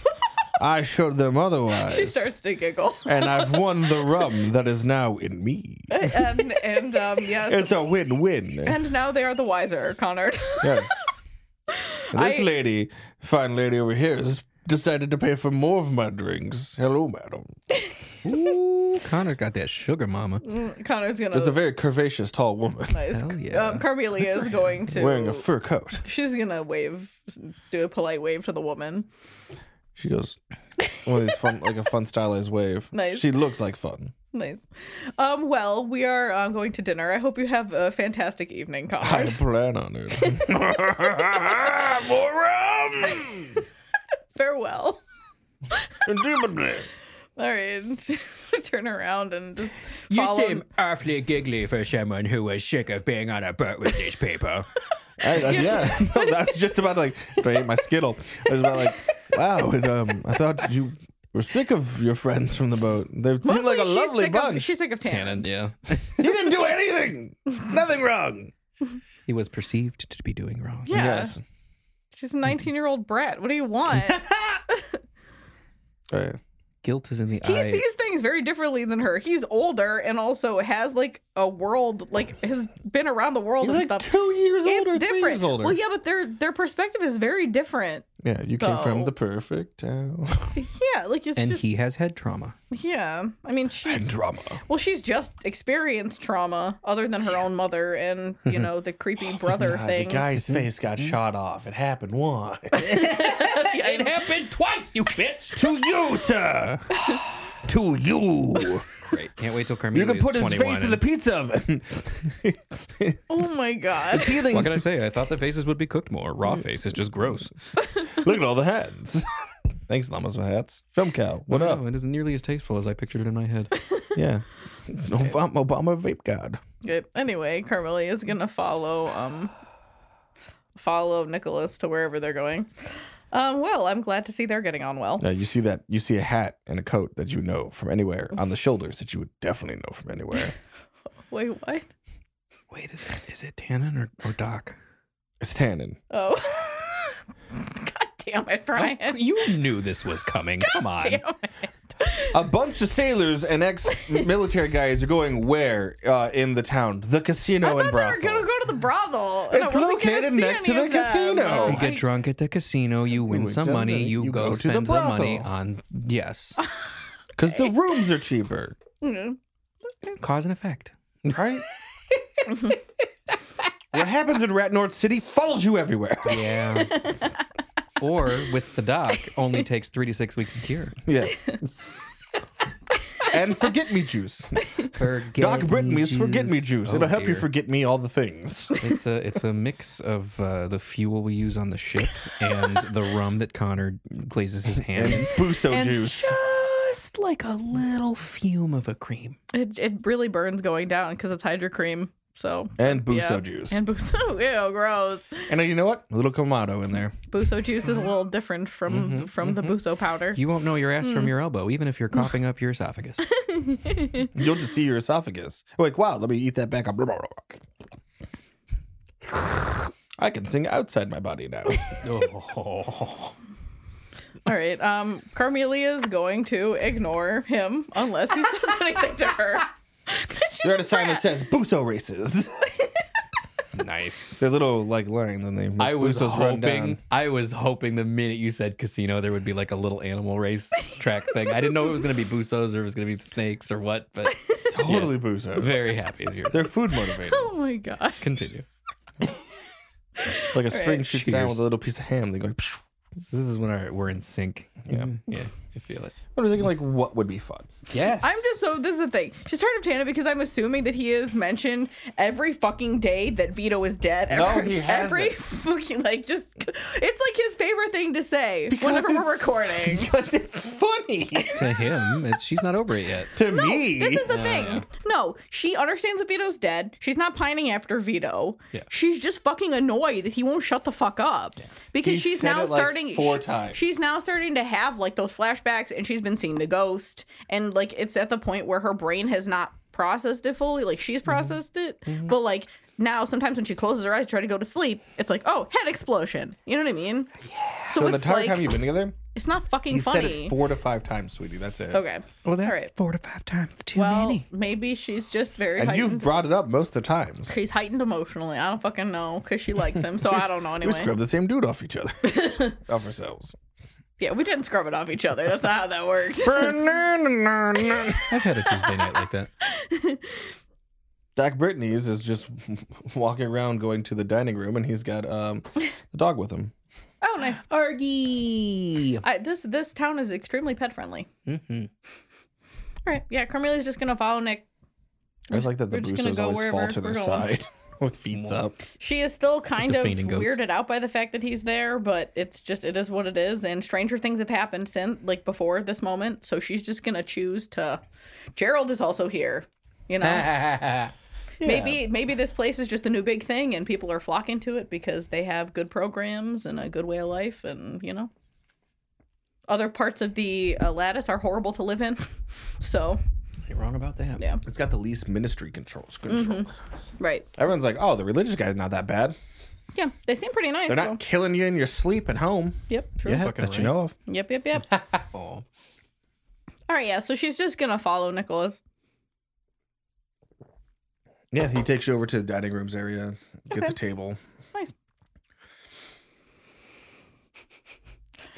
I showed them otherwise. She starts to giggle, And I've won the rum that is now in me. and and um yes, It's a win-win. and now they are the wiser, Connard. Yes. And this I- lady, fine lady over here, has decided to pay for more of my drinks. Hello, madam. Ooh, Connor got that sugar mama. Connor's gonna. It's a very curvaceous, tall woman nice. Hell yeah. Um, Carmelia is going to. wearing a fur coat. She's gonna wave, do a polite wave to the woman. She goes, one of these fun, like a fun stylized wave. Nice. She looks like fun. Nice. Um. Well, we are um, going to dinner. I hope you have a fantastic evening, I Connor. plan on it. More rum! Farewell. Indubitably. All right. Turn around and just You follow. seem awfully giggly for someone who was sick of being on a boat with these people. I, I, yeah, no, that's just about like after I ate my skittle. I was about like, wow. And, um, I thought you were sick of your friends from the boat. They seemed like a She's lovely sick of- bunch. she's sick of Tannin. yeah. you didn't do anything. Nothing wrong. He was perceived to be doing wrong. Yeah. Yes. She's a 19 year old brat. What do you want? All right. Guilt is in the he eye. sees things very differently than her. He's older and also has like a world, like has been around the world He's and like stuff. two years it's older, different. three years older. Well, yeah, but their their perspective is very different. Yeah, you came from Though. the perfect town. Yeah, like it's and just he has head trauma. yeah. I mean, she Drama. well, she's just experienced trauma other than her own mother and you know the creepy brother thing. Uh, face got shot off. It happened once. It happened twice, you bitch! to you, sir. to you. Great. Can't wait till Carmela You can put is his 21 face in the and- pizza oven. Oh my god. Healing. What can I say? I thought the faces would be cooked more. Mm. Raw face is just gross. Look at all the hats. Thanks, Llamas for hats. Film cow. What up? No, it isn't nearly as tasteful as I pictured it in my head. Yeah. Obama, Obama vape god. Good. Anyway, Carmelia is gonna follow um follow Nicholas to wherever they're going. Um, well, I'm glad to see they're getting on well. Now you see that you see a hat and a coat that you know from anywhere on the shoulders that you would definitely know from anywhere. Wait, what? Wait, is it, is it Tannen or, or Doc? It's tannin. Oh. God damn it, Brian. Oh, You knew this was coming. Come on. Damn it. A bunch of sailors and ex-military guys are going where uh, in the town? The casino and brothel. They were gonna go to the brothel. and I It's wasn't gonna located see next to any the of them. casino. You get drunk at the casino, you win win some some money, money, you, Oh, you go, go to the spend the, money brothel. on. Yes. Because the rooms are cheaper, Mm. Cause and effect. right? what happens in Rat North City follows you everywhere. Yeah. or with the doc, only takes three to six weeks to cure. Yeah. and forget me juice. Forget Oh, Doc Britney's forget me juice. Oh, It'll help you forget me all the things. It's a it's a mix of uh, the fuel we use on the ship and the rum that Connor glazes his hand in. Buso juice. Just like a little fume of a cream. It, it really burns going down because it's hydro cream. So And Buso yeah. juice. And And, buso, ew, gross. you know what? A little Kamado in there. Buso juice is a little different from Mm-hmm, from the buso powder. You won't know your ass from your elbow, even if you're coughing up your esophagus. You'll just see your esophagus. Like, wow, let me eat that back up. I can sing outside my body now. All right. Um, Carmelia is going to ignore him unless he says anything to her. 'Cause she's They're at a a sign that brat. says "Buso races." Nice. They're little like lines, and they I was Busos run hoping. down. I was hoping the minute you said casino, there would be like a little animal race track thing. I didn't know it was gonna be busos or it was gonna be snakes or what, but totally Buso. very happy. Here. They're food motivated. Oh my god. Continue. Like a string Alright. shoots down with a little piece of ham. They go. Psh. Mm-hmm. This is when our, we're in sync. Yeah. Yeah, I feel it. I was thinking like, what would be fun? Yes. I'm just so this is the thing. She's tired of Tana because I'm assuming that he is mentioned every fucking day that Vito is dead. No, Every, he hasn't. Every fucking like just it's like his favorite thing to say whenever it's- we're recording. Because it's funny to him. It's, she's not over it yet. to me. This is the thing. No, she understands that Vito's dead. She's not pining after Vito. Yeah. She's just fucking annoyed that he won't shut the fuck up. Because He she's said now it, like, starting four she- times. She's now starting to have like those flashbacks and she's been seeing the ghost and like it's at the point where her brain has not processed it fully. Like she's processed it, but like now sometimes when she closes her eyes to try to go to sleep, it's like, "Oh, head explosion." You know what I mean? Yeah. So So, the it's entire like time you've been together, it's not fucking he said funny. Oh, it four to five times, sweetie. That's it. okay. Well, that's right. four to five times too Well, many. maybe she's just very And heightened. you've brought it up most of the times. She's heightened emotionally. I don't fucking know because she likes him, so I don't know We anyway. scrub the same dude off each other, off ourselves. yeah, we didn't scrub it off each other. That's not how that works. I've had a Tuesday night like that. Doc Brittany's is just walking around going to the dining room, and he's got um, the dog with him. oh, nice. Argy. I, this this town is extremely pet friendly. Mm-hmm. All right, yeah. Carmelia's just gonna follow Nick. I just like that the We're just gonna Bruces go always fall wherever to their we're going. side with feet up. She is still kind the of fainting goats. weirded out by the fact that he's there, but it's just it is what it is. And stranger things have happened since like before this moment, so she's just gonna choose to. Gerald is also here. You know, Maybe maybe this place is just a new big thing and people are flocking to it because they have good programs and a good way of life and you know. Other parts of the uh, lattice are horrible to live in, so You're wrong about that. Yeah. It's got the least ministry controls. Mm-hmm. Control. right, Everyone's like, oh, the religious guy's not that bad. yeah, they seem pretty nice. They're So. not killing you in your sleep at home. Yep, true. Yeah, that fucking you know of. Yep, yep, yep. Oh. All right, yeah. So she's just gonna follow Nicholas. Yeah, he takes you over to the dining rooms area, gets Okay. a table, Nice.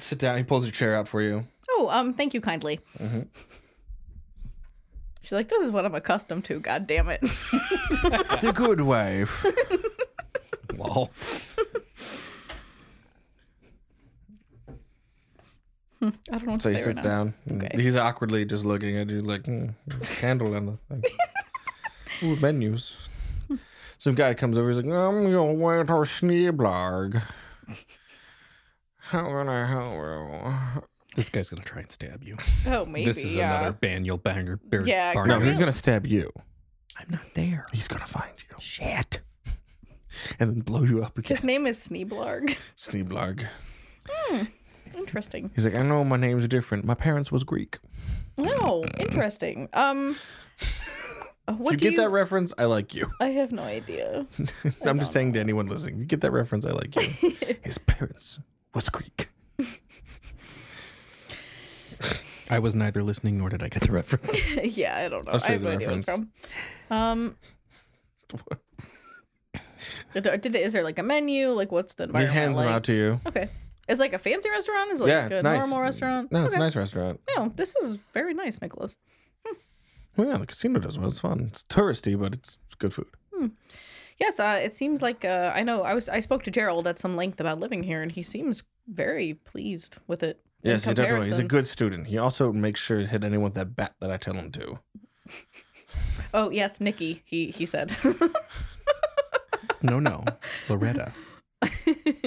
sit down. He pulls a chair out for you. Oh, um, thank you kindly. Mm-hmm. She's like, this is what I'm accustomed to. God damn it. The good wife. Lol. I don't know what So to he say right sits now. down. and Okay. He's awkwardly just looking at you like "Hmm, candle on the thing. Ooh, menus. Some guy comes over. He's like, "I'm your waiter, Schneeblag. How can I help This guy's gonna try and stab you. Oh, maybe. this is yeah. another Baniel banger. Bar- Yeah, Barney. you?" No, he's gonna stab you. I'm not there. He's gonna find you. Shit. And then blow you up again. His name is Sneeblarg. Schneeblag. Interesting. He's like, I know my name's different. My parents was Greek. No, interesting. Um, what if do you get you? that reference, I like you. I have no idea. I'm just saying to anyone listening, if you get that reference, I like you. His parents was Greek. I was neither listening nor did I get the reference. yeah, I don't know. I'll show I you have the no idea where it's reference. from. Um, did, did- is there like a menu? Like, what's the He environment hands like? them out to you. Okay, it's like a fancy restaurant. Is it like yeah, it's a nice. normal restaurant? No, okay. it's a nice restaurant. No, this is very nice, Nicholas. Well, yeah, the casino does well. It's fun. It's touristy, but it's good food. Yes, uh, it seems like uh, I know. I was I spoke to Gerald at some length about living here, and he seems very pleased with it. in Yes, he definitely. He's a comparison. good student. He also makes sure to hit anyone with that bat that I tell him to. Oh yes, Nikki. He he said. no, no. Loretta.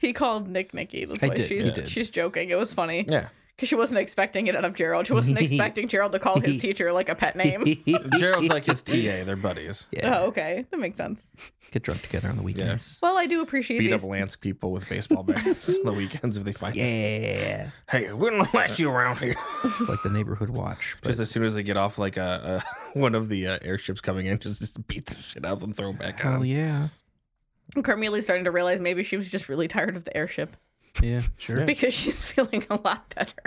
he called Nick Nicky. That's I why did, she's he did. she's joking. It was funny because Yeah. she wasn't expecting it out of Gerald. She wasn't expecting Gerald to call his teacher like a pet name. Gerald's like his TA. They're buddies. Yeah. oh, okay, that makes sense. Get drunk together on the weekends. Well, I do appreciate Beat up these. Lance people with baseball bats on the weekends if they find them. Yeah. Hey, we don't like you around here. It's like the neighborhood watch. But Just as soon as they get off, um, like uh, uh, one of the uh, airships coming in, just, just beats the shit out of them, throw them back Hell on. yeah. Carmelia's starting to realize maybe she was just really tired of the airship Yeah, sure. because she's feeling a lot better.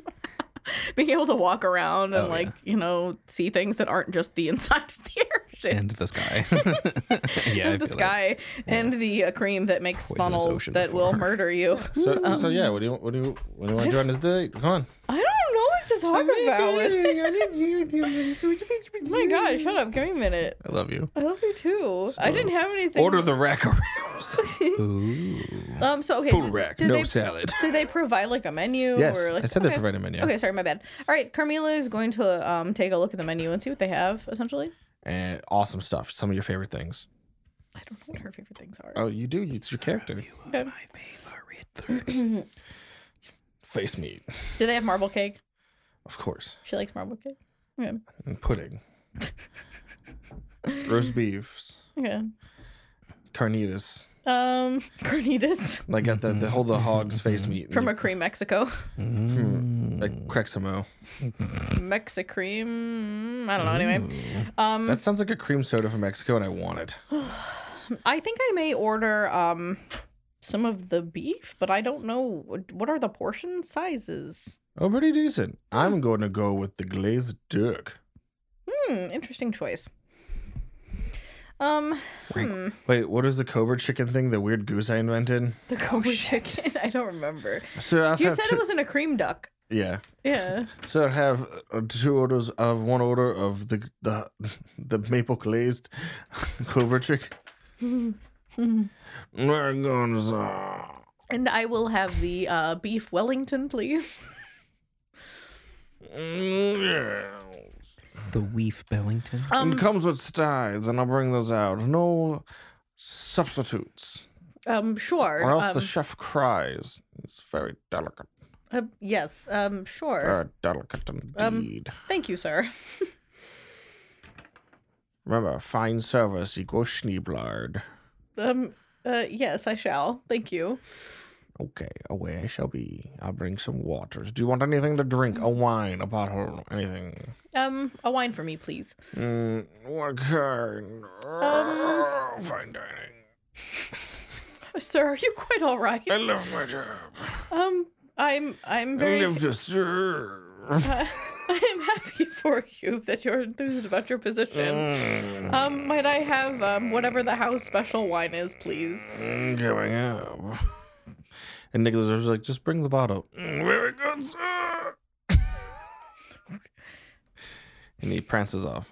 Being able to walk around and Oh, like, you know, see things that aren't just the inside of the airship. And the sky. yeah, I the feel that. sky and the uh, cream that makes Poisonous funnels ocean that will before. murder you. So, so yeah, what do you what do you what do you want to do on this date? Come on. I don't know what to talk about. With. My God, shut up! Give me a minute. I love you. I love you too. I didn't have anything. Order the racaroos. Ooh. um. So okay, Food did- rack, did no they- salad. Did they provide like a menu? Yes, or, like, I said they okay. provide a menu. Okay, sorry, my bad. All right, Carmela is going to um take a look at the menu and see what they have. Essentially, And awesome stuff. Some of your favorite things. I don't know what her favorite things are. Oh, you do. It's your character. Okay. Face meat, Do they have marble cake? of course, She likes marble cake. Okay. and pudding, roast beefs, Okay. carnitas, Um, carnitas like at the, the whole the hog's face meat from a cream Mexico. from like Crexamo. Mm-hmm. Mexa cream. I don't know. Anyway, Mm. um, That sounds like a cream soda from Mexico, and I want it. I think I may order um some of the beef, but I don't know what- what are the portion sizes. Oh, pretty decent. Mm-hmm. I'm going to go with the glazed duck. Hmm, interesting choice. Um, hmm, Wait, what is the cobra chicken thing? The weird goose I invented. the cobra chicken. I don't remember. So I You have said two, it wasn't a cream duck. yeah. Yeah. So I have uh, two orders of one order of the the the maple glazed cobra chicken. Merganza. And I will have the uh, beef Wellington, please. Mm, yeah. The Weef Bellington. Um, And it comes with sides, and I'll bring those out. No substitutes, Um, sure. or else the um, chef cries. It's very delicate, uh, yes. Um, sure. very delicate indeed. Thank you, sir. Remember, fine service equals Schneeblard. Um, uh, yes, I shall. Thank you. Okay, away I shall be. I'll bring some waters. Do you want anything to drink? A wine, a bottle, anything? Um, a wine for me, please. Mm, what kind? Um. Fine dining. Sir, are you quite all right? I love my job. Um, I'm I'm I very live to serve. uh, I am happy for you that you're enthused about your position. Mm, Um, might I have um whatever the house special wine is, please? mm, coming up. And Nicholas was like, just bring the bottle. Mm, very good, sir. and he prances off.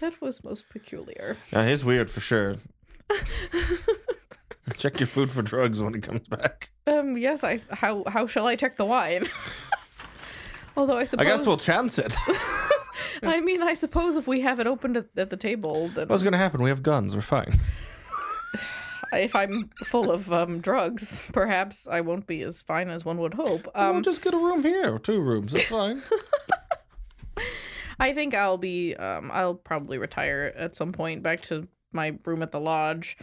That was most peculiar. Now, he's weird for sure. Check your food for drugs when he comes back. Um, yes, I how how shall I check the wine? Although I I suppose guess we'll chance it. I mean, I suppose if we have it opened at, at the table, then What's going to happen? We have guns. We're fine. if I'm full of um drugs, perhaps I won't be as fine as one would hope. Um, we'll just get a room here. Two rooms. That's fine. I think I'll be um I'll probably retire at some point back to my room at the lodge.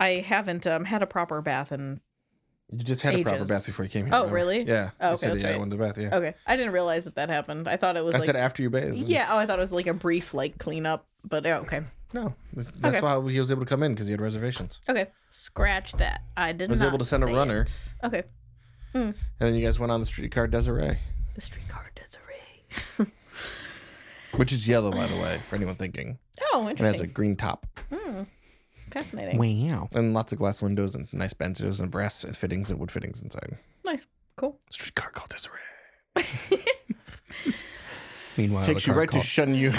I haven't um had a proper bath and you just had a proper Ages. bath before you came here. Oh, remember? really? Yeah. Oh, You okay, said, that's yeah, I right. went to the bath. Yeah. okay, I didn't realize that that happened. I thought it was I like said after you bathed. yeah, oh I thought it was like a brief like cleanup, but yeah, okay. No, th- that's Okay. why he was able to come in because he had reservations. Okay, scratch that. I did Was not able to send a say runner. it. Okay, And then you guys went on the streetcar Desiree, the streetcar Desiree. which is yellow, by the way, for anyone thinking. Oh, And has a interesting. green top Fascinating. Wow. and lots of glass windows and nice benches and brass fittings and wood fittings inside. Nice. Cool. Streetcar called Desiree. Meanwhile, Takes you right to shun you.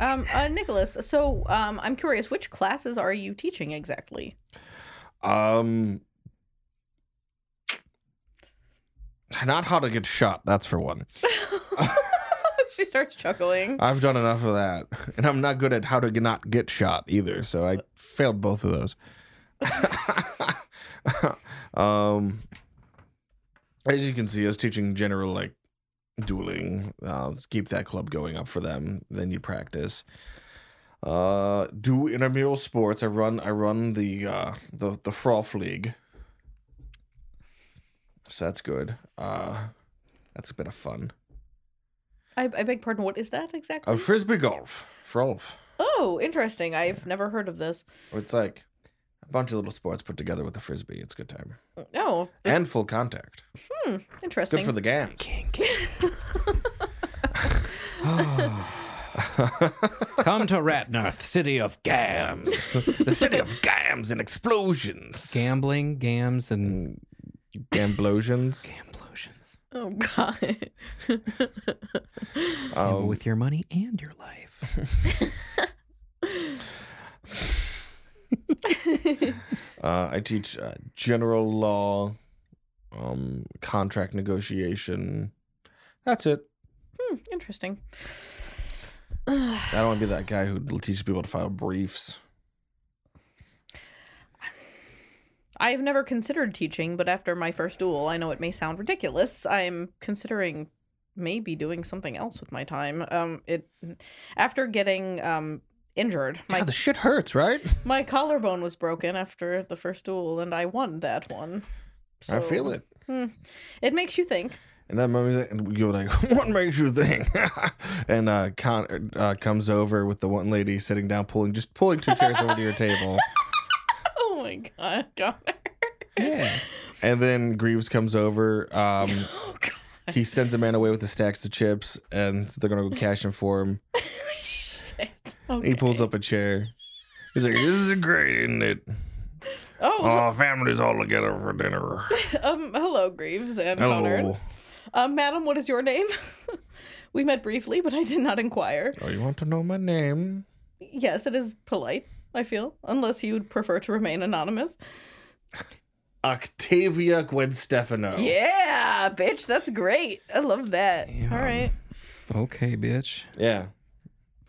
Um, uh, Nicholas. So, um, I'm curious, which classes are you teaching exactly? um, not how to get shot. That's for one. she starts chuckling. I've done enough of that, and I'm not good at how to g- not get shot either. So I failed both of those. um, as you can see, I was teaching general like dueling. Uh, let's keep that club going up for them. Then you practice. Uh, do intramural sports. I run. I run the uh, the the froth league. So that's good. Uh, that's a bit of fun. I, I beg pardon. What is that exactly? Uh, frisbee golf. Frolf. Oh, Oh, interesting. I've never heard of this. It's like a bunch of little sports put together with a frisbee. It's a good time. Oh, And full contact. interesting. Good for the gams. Ah. Come to Ratnarth, city of gams. the city of gams and explosions. Gambling, gams, and Gamblosions. implosions. oh god. Hmm, Gamble Um, with your money and your life. uh, I teach uh, general law, um, contract negotiation. That's it. Hmm, interesting. I don't want to be that guy who teaches people to file briefs. I've never considered teaching, but after my first duel, I know it may sound ridiculous. I'm considering maybe doing something else with my time. Um, it after getting um injured, my God, the shit hurts, right? my collarbone was broken after the first duel, and I won that one. I feel So, hmm, it. It makes you think. And that moment, and you're like, what makes you think? and uh, Con- uh, comes over with the one lady sitting down, pulling just pulling two chairs over to your table. Oh my god, Connor. yeah. And then Greaves comes over. Um, Oh god. he sends a man away with the stacks of chips, and they're gonna go cash him for him. Shit. He pulls Okay. up a chair. He's like, "This is great, isn't it? Oh, Oh, family's all together for dinner." um, hello, Greaves and Connor. Uh, Hello. Um, madam, what is your name? we met briefly, but I did not inquire. Oh, you want to know my name? Yes, it is polite, I feel, unless you'd prefer to remain anonymous. Octavia Gwen Stefano. Yeah, bitch, that's great. I love that. All right. Okay, bitch. Yeah.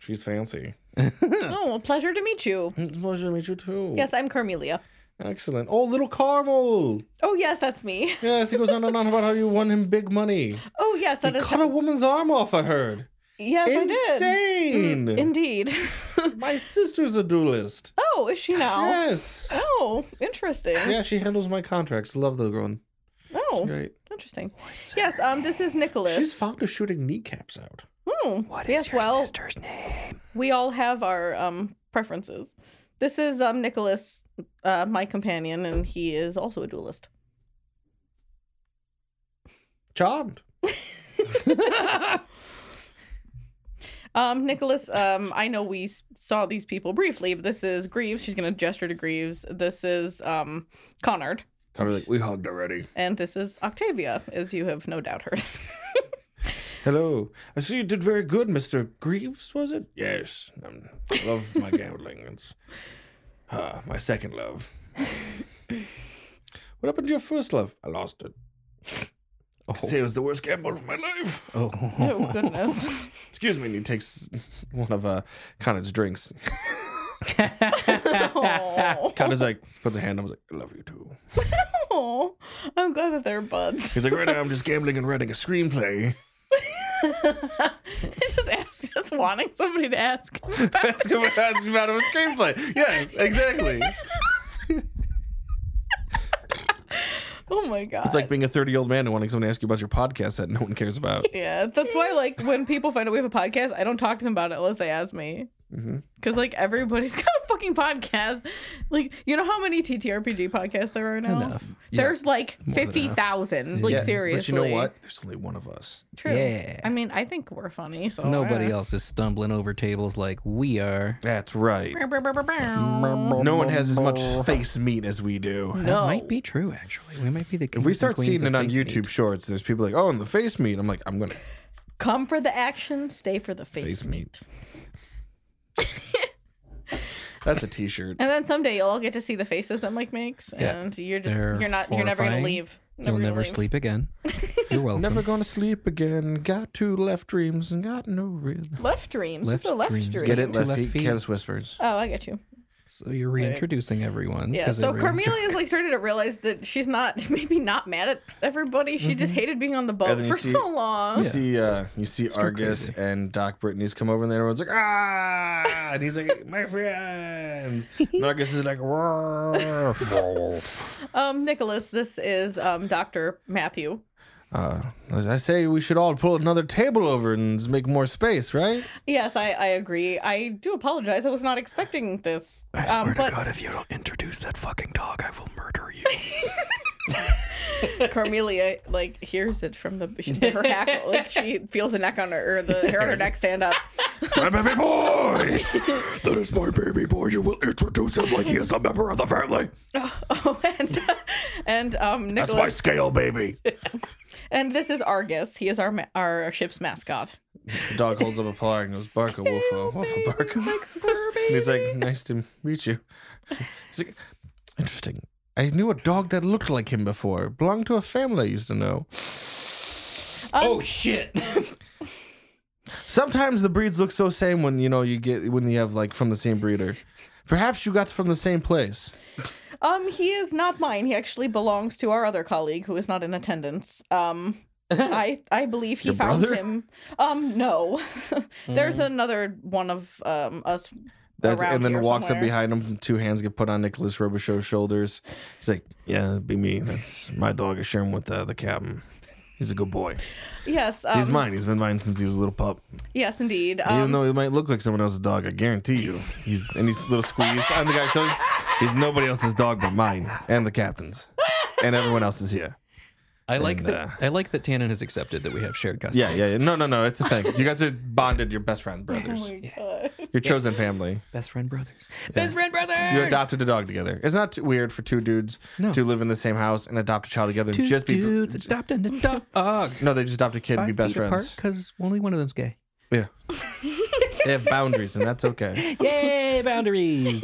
She's fancy. Oh, well, pleasure to meet you. It's a pleasure to meet you too. Yes, I'm Carmelia. Excellent. Oh, little Carmel. Oh, yes, that's me. Yes, he goes on and on about how you won him big money. Oh, yes, that is. Cut a woman's arm off, I heard. Yes, I Insane. did. Mm, Indeed. My sister's a duelist. oh, is she now? Yes. Oh, interesting. Yeah, she handles my contracts. Love the girl. Oh, Great. interesting. Yes, um, this is Nicholas. She's fond of shooting kneecaps out. Hmm. yes, well, sister's name? We all have our um preferences. This is um Nicholas, uh, my companion, and he is also a duelist. Charmed. Um, Nicholas, um, I know we s- saw these people briefly, but this is Greaves. She's gonna gesture to Greaves. This is um Connard, Connor's like, we hugged already. and this is Octavia, as you have no doubt heard. Hello. I see you did very good, Mr. Greaves, was it? Yes. Um, I love my gambling. It's uh, my second love. what happened to your first love? I lost it. I could say it was the worst gamble of my life. Oh, oh goodness. Excuse me. And he takes one of uh, Connor's drinks. Aw. Connor's like, puts a hand on him, like, I love you too. Aw. Oh, I'm glad that they're buds. He's like, right now I'm just gambling and writing a screenplay. It just asks, just wanting somebody to ask. him about That's what I was about a screenplay. Yes, exactly. Oh my god. It's like being a 30 year old man and wanting someone to ask you about your podcast that no one cares about. yeah, that's why like when people find out we have a podcast, I don't talk to them about it unless they ask me. Because like everybody's got a fucking podcast. Like you know how many TTRPG podcasts there are now? Enough. There's like fifty thousand. Like Yeah, seriously. But you know what? There's only one of us. True. Yeah. I mean, I think we're funny. So Nobody eh. else is stumbling over tables like we are. That's right. No one has as much face meat as we do. That might be true, actually. We might be the If we start seeing it on YouTube shorts, there's people like, oh, and the face meat. I'm like, I'm going to Come for the action, stay for the face. face meat. That's a t shirt. And then someday you'll all get to see the faces that Mike makes, Yeah. and you're just They're you're not you're never gonna horrifying. leave. You'll gonna never leave. sleep again. You're welcome. Never going to sleep again. Got two left dreams and got no rhythm. Left dreams. What's a Left left dreams. dream? Get it, Two left, left feet. feet. Chaos Whispers. Oh, I get you. So you're reintroducing everyone. Yeah. 'cause So everyone's Carmelia is like starting to realize that she's not maybe not mad at everybody. She just Mm-hmm. hated being on the boat And then you for see- so long. You see, uh, you see Argus and Doc Brittany's come over, and then everyone's like, ah, and he's like, my friends. And Argus is like, "Roar." Um, Nicholas, this is um Doctor Matthew. Uh, as I say, we should all pull another table over and make more space, right? Yes, I, I agree. I do apologize. I was not expecting this. Um, but if you don't introduce that fucking dog, I will murder you. Carmelia like hears it from the she- her hackle. Like she feels the neck on her or the hair on her neck stand up. my baby boy! That is my baby boy. You will introduce him like he is a member of the family. Oh, and and um That's my Nicholas scale baby. and this is Argus. He is our ma- our ship's mascot. The dog holds up a paw and goes, uh, Barka, woofo, woofo, barka. And he's like, nice to meet you. He's like, interesting. I knew a dog that looked like him before. Belonged to a family I used to know. Oh shit! Sometimes the breeds look so same when you know you get when you have like from the same breeder. Perhaps you got from the same place. Um, he is not mine. He actually belongs to our other colleague who is not in attendance. Um, I I believe he Your found brother? Mm. him. Um, no, there's another one of um us. That's, around and then here walks somewhere. up behind him. Two hands get put on Nicholas Robichaud's shoulders. He's like, "Yeah, that'd be me. That's my dog. I share him with uh, the captain. He's a good boy. Yes, um, He's mine. He's been mine since he was a little pup. Yes, indeed. Even Um, though he might look like someone else's dog, I guarantee you, he's and he's a little squeeze on the guy's shoulders. He's nobody else's dog but mine and the captain's, and everyone else is here. I like And, that. uh, I like that Tannen has accepted that we have shared custody. Yeah, yeah, yeah. No, no, no. It's a thing. You guys are bonded. You're best friend brothers. Your chosen family. best friend brothers. best friend brother. You adopted a dog together. It's not too weird for two dudes No. to live in the same house and adopt a child together. Two and just be dudes adopting a dog. Five no, they just adopt a kid and be best feet apart friends. because only one of them's gay. Yeah, they have boundaries and that's okay. Yay, boundaries!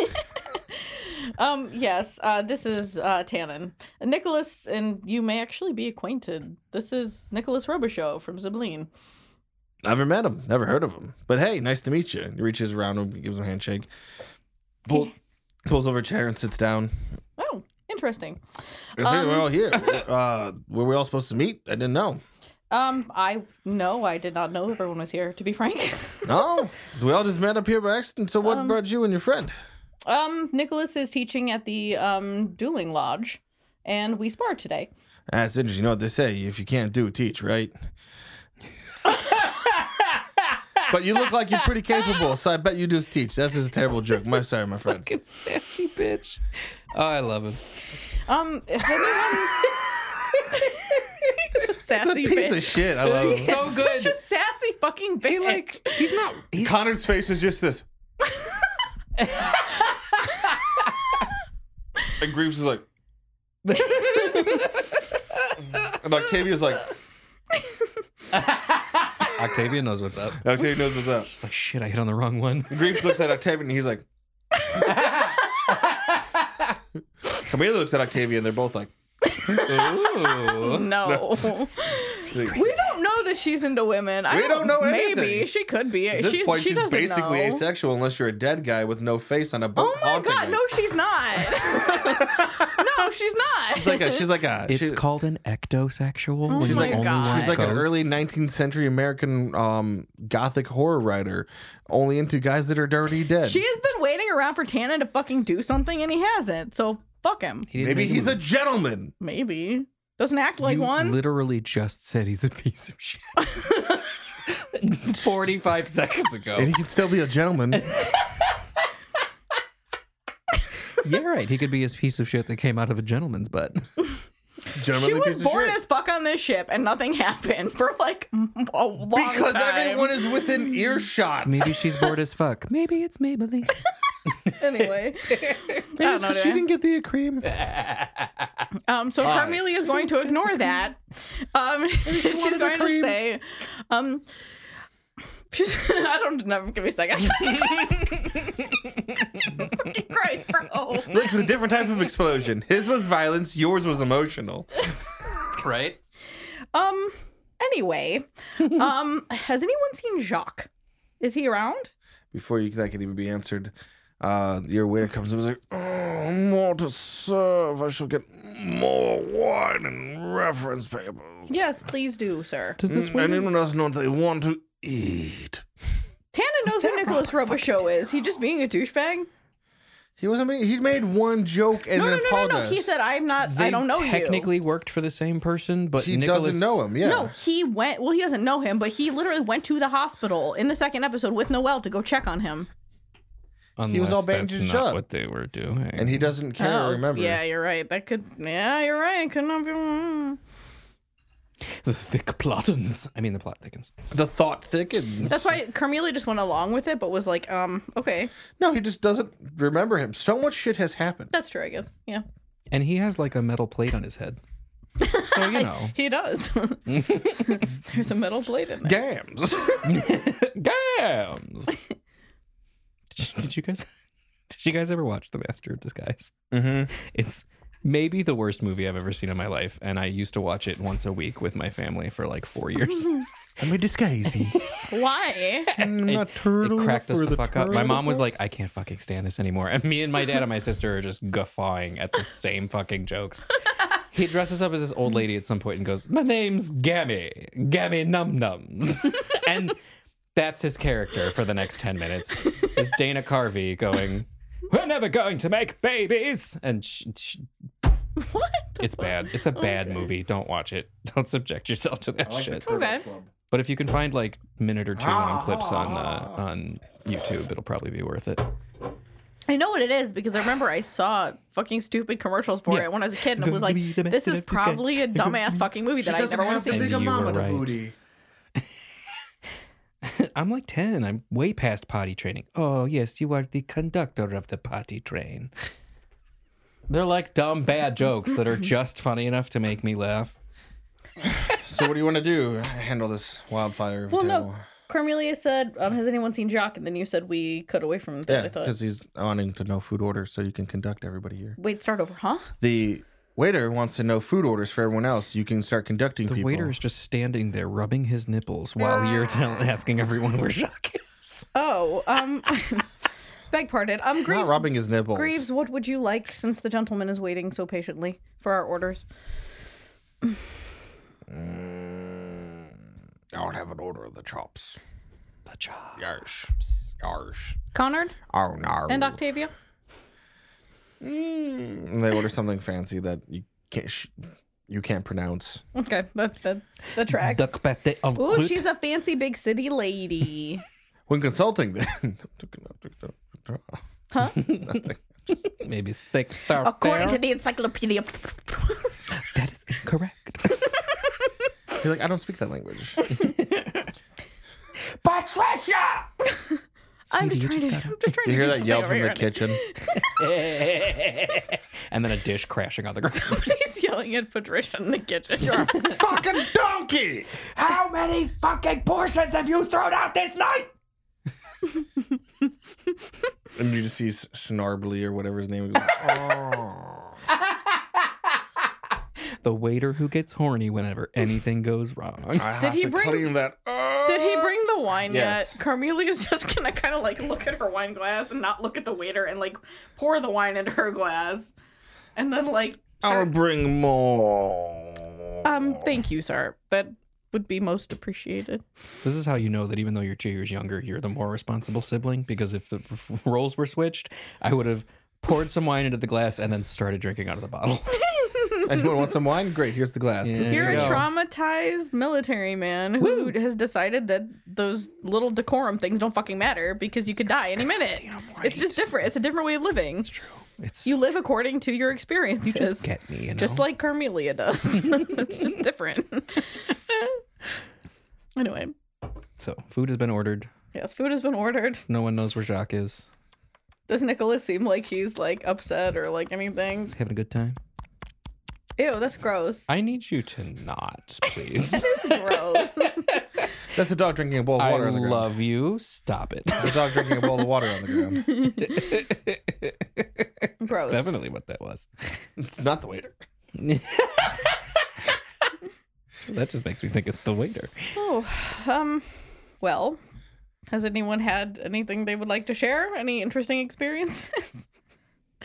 Um, yes, uh, this is uh, Tannen. Nicholas, and you may actually be acquainted. This is Nicholas Robichaud from Zibline. Never met him. Never heard of him. But hey, nice to meet you. And He reaches around him, gives him a handshake, pull, pulls over a chair and sits down. Oh, interesting. Hey, Um. we're all here. uh, were we all supposed to meet? I didn't know. Um, I no, I did not know everyone was here. To be frank, No, we all just met up here by accident. So what brought you and your friend? um, Nicholas is teaching at the um dueling lodge, and we sparred today. That's interesting. You know what they say: if you can't do, teach, right? but you look like you're pretty capable, so I bet you just teach. That's just a terrible joke. My sorry, my friend. Fucking sassy bitch. Oh, I love him. Um, is anyone It's a sassy piece of bitch? shit. I love it. So good. Such a sassy fucking bitch. like He's not. He's Connor's face is just this. and Greaves is like, and Octavia's like, Octavia knows what's up. Octavia knows what's up. It's like shit. I hit on the wrong one. Greaves looks at Octavia and he's like, Camila looks at Octavia and they're both like, no. We don't know that she's into women. I We don't know Maybe anything. she could be. At this she, point, she she's doesn't basically know. asexual unless you're a dead guy with no face on a boat. Oh my god, no, she's not. no, she's not. she's like a she's like a It's she's, called an Oh ectosexual. She's my like only God. one she's like an ghosts. early 19th century American um, gothic horror writer, only into guys that are dirty dead. she has been waiting around for Tana to fucking do something, and he hasn't. So fuck him. He didn't Maybe make he's it. a gentleman. Maybe doesn't act like You one. Literally just said he's a piece of shit. Forty-five seconds And ago. he can still be a gentleman. yeah, right. He could be a piece of shit that came out of a gentleman's butt. Gentlemanly she was piece born of shit. as fuck on this ship, and nothing happened for like a long because time. everyone is within earshot. Maybe she's bored as fuck. Maybe it's Maybelline. anyway. I don't know, do she I? didn't get the cream. Um, so Carmelia is going to ignore that. Um, she's wanted a going to cream. say, um, she's, I don't know. Give me a second. Fucking Christ, bro. Look, it's a different type of explosion. His was violence. Yours was emotional. right? Um, anyway, um, has anyone seen Jacques? Is he around? Before you, that could even be answered, uh, your waiter comes up and is like, oh, more to serve. I shall get more wine and reference papers. Yes, please do, sir. Does this And woman? anyone else know what they want to eat? Tana knows who Nicholas Robichaud is. He just being a douchebag. He wasn't. Making, he made one joke and No, no, then no, no, apologized. no. He said, "I'm not. I don't know you." technically worked for the same person, but He Nicholas doesn't know him. Yeah. No, he went. Well, he doesn't know him, but he literally went to the hospital in the second episode with Noel to go check on him. He was all unless banged that's his not up. What they were doing, and he doesn't care. Oh, remember? Yeah, you're right. That could. Yeah, you're right. It could not be. mm. the thick plottins. I mean, the plot thickens. The thought thickens. That's why Carmelia just went along with it, but was like, um, okay, No, he just doesn't remember him. So much shit has happened. that's true, I guess. Yeah, And he has like a metal plate on his head, so you know. he does. There's a metal plate in there. Gams. Gams. Did you- did you guys? Did you guys ever watch The Master of Disguise? mm-hmm. It's maybe the worst movie I've ever seen in my life, and I used to watch it once a week with my family for like four years. I'm a disguisey. Why? I'm It- a turtle. It cracked us for the, fuck up. My turtle. mom was like, I can't fucking stand this anymore. And me and my dad and my sister are just guffawing at the same fucking jokes. He dresses up as this old lady at some point and goes, My name's Gammy. Gammy Num Nums. and that's his character for the next 10 minutes. Is Dana Carvey going, We're never going to make babies. And sh- sh- what? the it's fuck? bad. It's a bad movie. Don't watch it. Don't subject yourself to that shit. Okay. But if you can find like minute or two long clips on uh, on YouTube, it'll probably be worth it. I know what it is because I remember I saw fucking stupid commercials for it when I was a kid, and it was like, this is probably a dumbass fucking movie that I never want to see. big- And you were right. I'm like ten. I'm way past potty training. Oh yes, you are the conductor of the potty train. They're like dumb bad jokes that are just funny enough to make me laugh. So what do you want to do? Handle this wildfire. Well, no. Cornelia said, um, "Has anyone seen Jock?" And then you said we cut away from that. Yeah, I thought. because he's owning to no food order, so you can conduct everybody here. Wait, start over, huh? The waiter wants to know food orders for everyone else. You can start conducting The people. waiter is just standing there rubbing his nipples while you're tell- asking everyone where Jacques is. Oh, um, beg pardon. Um, not Greaves, rubbing his nipples. Greaves, what would you like since the gentleman is waiting so patiently for our orders? I would have an order of the chops. The job. Yarsh. Yarsh. Conard Oh, no. and Octavia. And Mm. they order something fancy that you can't sh- you can't pronounce. Okay, that that's the tracks. Duck Oh, pate en Ooh, croûte. she's a fancy big city lady. When consulting, then Maybe steak tartare. According to the encyclopedia. that is incorrect. you're like, I don't speak that language. I'm just trying to. I'm just trying to. You hear do that yell something from over the here. kitchen? and then a dish crashing on the ground. He's yelling at Patricia in the kitchen. fucking donkey! How many fucking portions have you thrown out this night? And you just see S- Snarbly or whatever his name is. Oh. the waiter who gets horny whenever anything goes wrong. I have Did he to bring- clean that up. Did he bring the wine Yes. yet? Carmelia's just gonna kind of like look at her wine glass and not look at the waiter and like pour the wine into her glass, and then like, Oh, I'll bring more. um, thank you, sir. That would be most appreciated. This is how you know that even though you're two years younger, you're the more responsible sibling because if the roles were switched, I would have poured some wine into the glass and then started drinking out of the bottle. Anyone want some wine? Great, here's the glass. This is You're There a you yours. go. traumatized military man who has decided that those little decorum things don't fucking matter because you could die any minute. It's just different. It's a different way of living. It's You live according to your experiences. just get me, you know. just like Carmelia does. it's just different. anyway, so, food has been ordered. yes, food has been ordered. No one knows where Jacques is. Does Nicholas seem like he's like upset or like anything? Having a good time. Ew, that's gross. I need you to not, please. That's gross. That's a dog drinking a bowl of I water on the ground. love you. Stop it. The dog drinking a bowl of water on the ground. gross. Definitely what that was. It's not the waiter. That just makes me think it's the waiter. Oh, um, well, has anyone had anything they would like to share? Any interesting experiences?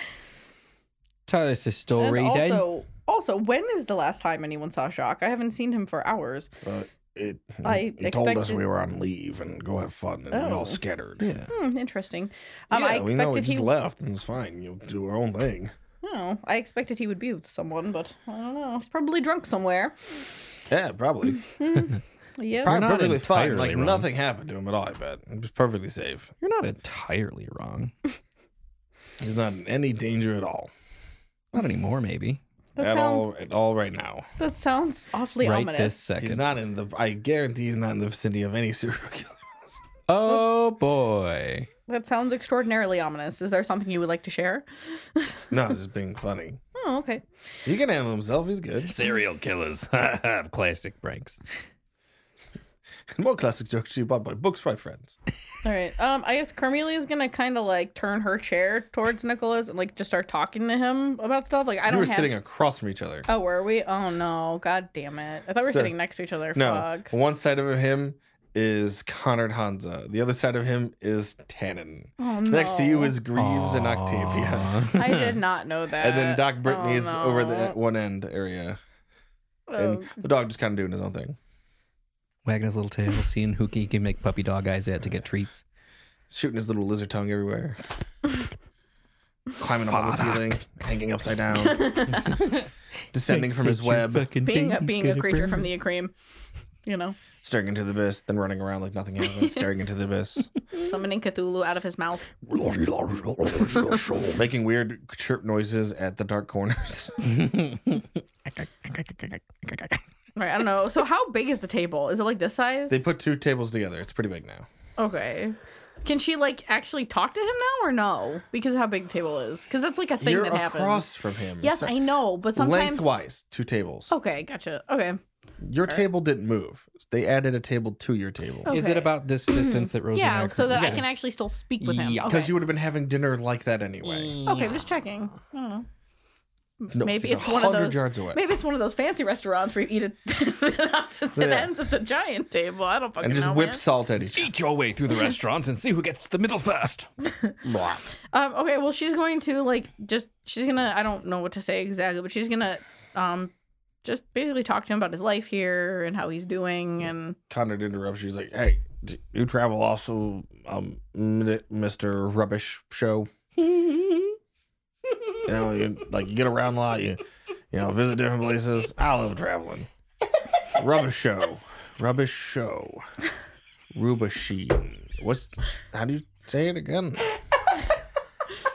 Tell us a and story, then. also, also, when is the last time anyone saw Jacques? I haven't seen him for hours. It, I he told us expected- we were on leave and go have fun, and we Oh. all scattered. Yeah. Hmm, interesting. Um, Yeah, I we know. We expected just he. left, and it's fine. You'll do our own thing. Oh, I expected he would be with someone, but I don't know. He's probably drunk somewhere. Yeah, Hmm. probably. Yeah. Probably not perfectly fine. entirely Like wrong. nothing happened to him at all. I bet he was perfectly safe. You're not entirely wrong. He's not in any danger at all. Not anymore, maybe. That at all. sounds- At all. Right now, That sounds awfully right ominous. this he's second. not in the. I guarantee he's not in the vicinity of any serial killer. oh boy. That sounds extraordinarily ominous. Is there something you would like to share? No, it's just being funny. Oh, okay. He can handle himself. He's good. Serial killers. Classic pranks. More classic jokes to you bought by books by friends. All right. Um, I guess Carmelia's gonna kind of like turn her chair towards Nicholas and like just start talking to him about stuff. Like I We don't were have. sitting across from each other. oh, were we? Oh no! God damn it! I thought we were So- sitting next to each other. No, Fuck. one side of him is Conrad Hansa. The other side of him is Tannen. Oh, Next to you no. is Greaves and Octavia. Aw. I did not know that. And then Doc Brittany Oh, is over the no. one end area. Oh, And the dog just kind of doing his own thing. Wagging his little tail, seeing who he can make puppy dog eyes at to get treats. Shooting his little lizard tongue everywhere. Climbing up on the ceiling, hanging upside down, descending from his web, being a, being a creature from the Acream, you know, staring into the abyss, then running around like nothing happened, staring into the abyss, summoning Cthulhu out of his mouth. making weird chirp noises at the dark corners. All right. I don't know. So how big is the table? Is it like this size? They put two tables together. It's pretty big now. Okay. Can she like actually talk to him now or no? Because of how big the table is. Because that's like a thing You're that happens. across from him. yes, So- I know, but sometimes Oh, er. lengthwise, two tables. Okay, gotcha. Okay. Your table didn't move. They added a table to your table. okay. Is it about this distance that Rosie Yeah, so that I Yes. can actually still speak with him. Yeah. okay. Because you would have been having dinner like that anyway. Okay, I'm just checking. I don't know. No, maybe he's it's one of 100 those. yards away. Maybe it's one of those fancy restaurants where you eat at the opposite Yeah. ends of the giant table. I don't fucking and just know. whip man. salt at each other. Eat your way through the restaurant and see who gets to the middle first. Um, okay, well, she's going to like just she's gonna I don't know what to say exactly, but she's gonna um just basically talk to him about his life here and how he's doing and Conrad interrupts you. He's like, hey, do you travel also, um, M- Mr. Rubbish Show? you know, you, like you get around a lot, you, you know, visit different places. I love traveling. Rubbish Show. Rubbish Show. Rubashine. What's, how do you say it again?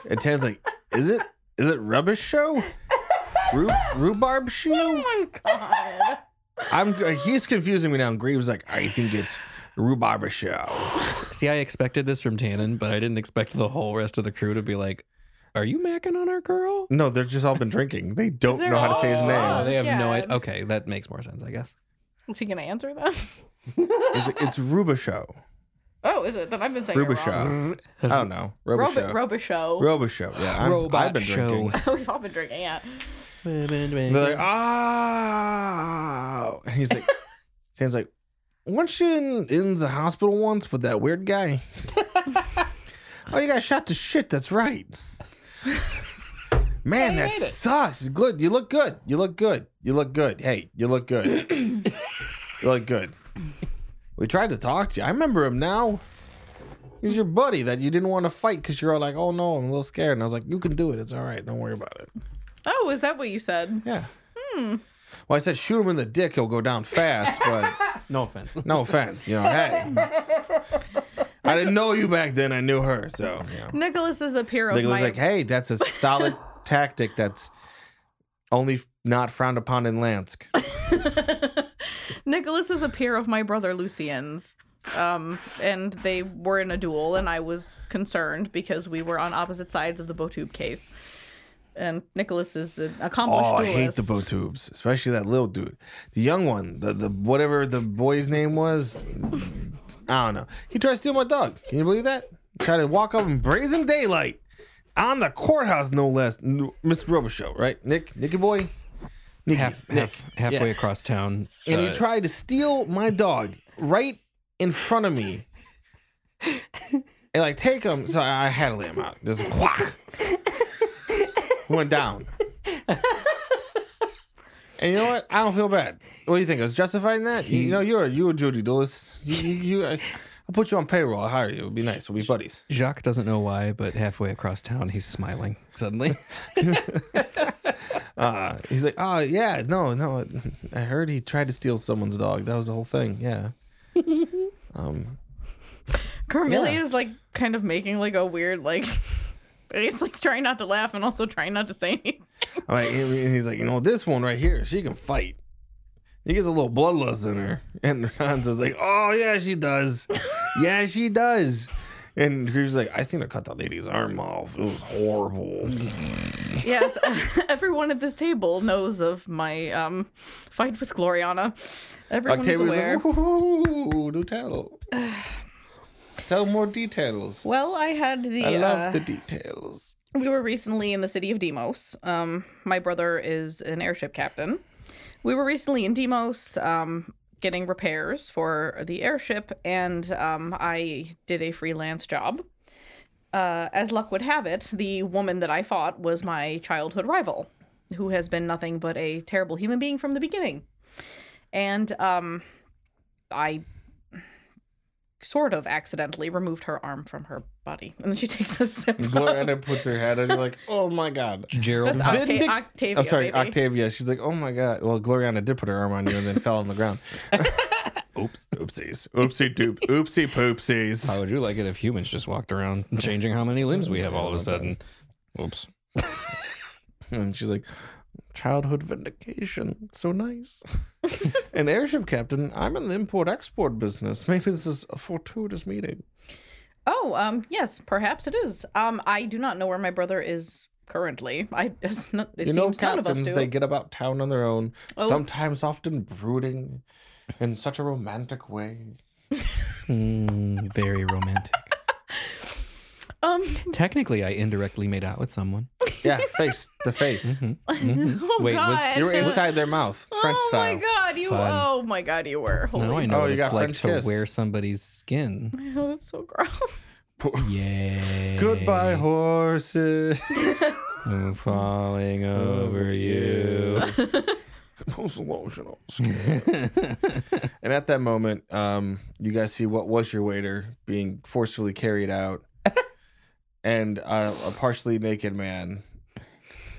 And Tan's like, is it, is it Rubbish Show? Ru- rhubarb Shoe? God. I'm. He's confusing me now. And Greaves like, I think it's rhubarb show. See, I expected this from Tannen, but I didn't expect the whole rest of the crew to be like, Are you macking on our girl? No, they've just all been drinking. They don't They're know how to say his all- Oh, name. they have no God. idea. Okay, that makes more sense, I guess. Is he gonna answer that? It's, it's Rubishow. Oh, is it? Then I've been saying it wrong. Rubishow. I don't know. Robot, Rubishow. Robishow. Robishow. Yeah, I'm, I've been drinking. We've all been drinking, yeah. They're like, ah. And he's like, Tan's like, weren't you in, in the hospital once with that weird guy? oh, you got shot to shit. That's right. Man, that sucks. Good. You look good. You look good. You look good. Hey, you look good. you look good. We tried to talk to you. I remember him now. He's your buddy that you didn't want to fight because you're all like, oh no, I'm a little scared. And I was like, you can do it. It's all right. Don't worry about it. Oh, is that what you said? Yeah. Well, I said shoot him in the dick, he'll go down fast, but No offense. no offense, you know, hey. I didn't know you back then, I knew her, so you know. Nicholas is a peer of Nick was mine. like, hey, that's a solid tactic that's only not frowned upon in Lansk. Nicholas is a peer of my brother Lucian's. Um, and they were in a duel, and I was concerned because we were on opposite sides of the Botube case. And Nicholas is an accomplished Oh, I hate duelist. the bow tubes, especially that little dude. The young one, the, the whatever the boy's name was, I don't know. He tried to steal my dog. Can you believe that? Tried to walk up in brazen daylight on the courthouse, no less. N- Mr. Robichaux, right? Nick, Nicky boy, Nicky, Half, Nick. half, halfway across town. And uh, he tried to steal my dog right in front of me. And like take him, so I I had to lay him out. Just whack, went down. And you know what? I don't feel bad. What do you think? I was justifying that? You, you know, you're you a Judy Dulles. You, you, you, I, I'll put you on payroll. I'll hire you. It'd be nice. We'll be buddies. Jacques doesn't know why, but halfway across town, he's smiling suddenly. Uh, he's like, oh yeah, no, no. I heard he tried to steal someone's dog. That was the whole thing. Yeah. um. Carmelia is like kind of making like a weird like he's like trying not to laugh and also trying not to say anything. All right. And and he's like, you know, this one right here, she can fight. He gets a little bloodlust in her, and Hanzo's like, oh yeah, she does. yeah, she does. And Greaves like, I seen her cut that lady's arm off. It was horrible. Yes, everyone at this table knows of my um fight with Gloriana. Everyone is Octavia's aware. like, "Ooh, do tell. tell more details. well, I had the I uh, love the details. we were recently in the city of Demos. Um, my brother is an airship captain. We were recently in Demos um, getting repairs for the airship, and um, I did a freelance job. Uh, as luck would have it, the woman that I fought was my childhood rival, who has been nothing but a terrible human being from the beginning. And um, I sort of accidentally removed her arm from her body. And then she takes a sip. of- Gloriana puts her head on you like, oh my god. Gerald, that's Octa- Oh, Vindic- Octavia. I'm Oh, sorry, baby. Octavia. She's like, oh my god. Well, Gloriana did put her arm on you and then fell on the ground. Oops, oopsies, oopsie doop, oopsie how poopsies. would you like it if humans just walked around changing how many limbs we have all of a sudden? Oops. And she's like, childhood vindication, so nice. An airship captain. I'm in the import-export business. Maybe this is a fortuitous meeting. Oh, um, yes, perhaps it is. Um, I do not know where my brother is currently. I it's not, it you know, seems none of us captains, do. they get about town on their own, Oh. sometimes often brooding in such a romantic way. Hmm, Mm, very romantic. Um, Technically, I indirectly made out with someone. Yeah, face, the Mm-hmm. face. Hmm. oh Wait, was- god, You were inside their mouth, French oh style. my god, you. Fun. Oh my god, you were. Holy, Now I know Oh, what you it's got like French to kissed. wear somebody's skin. oh, that's so gross. Yay. Goodbye, horses. I'm falling over you. Most emotional. and at that moment, um, you guys see what was your waiter being forcefully carried out, and uh, a partially naked man.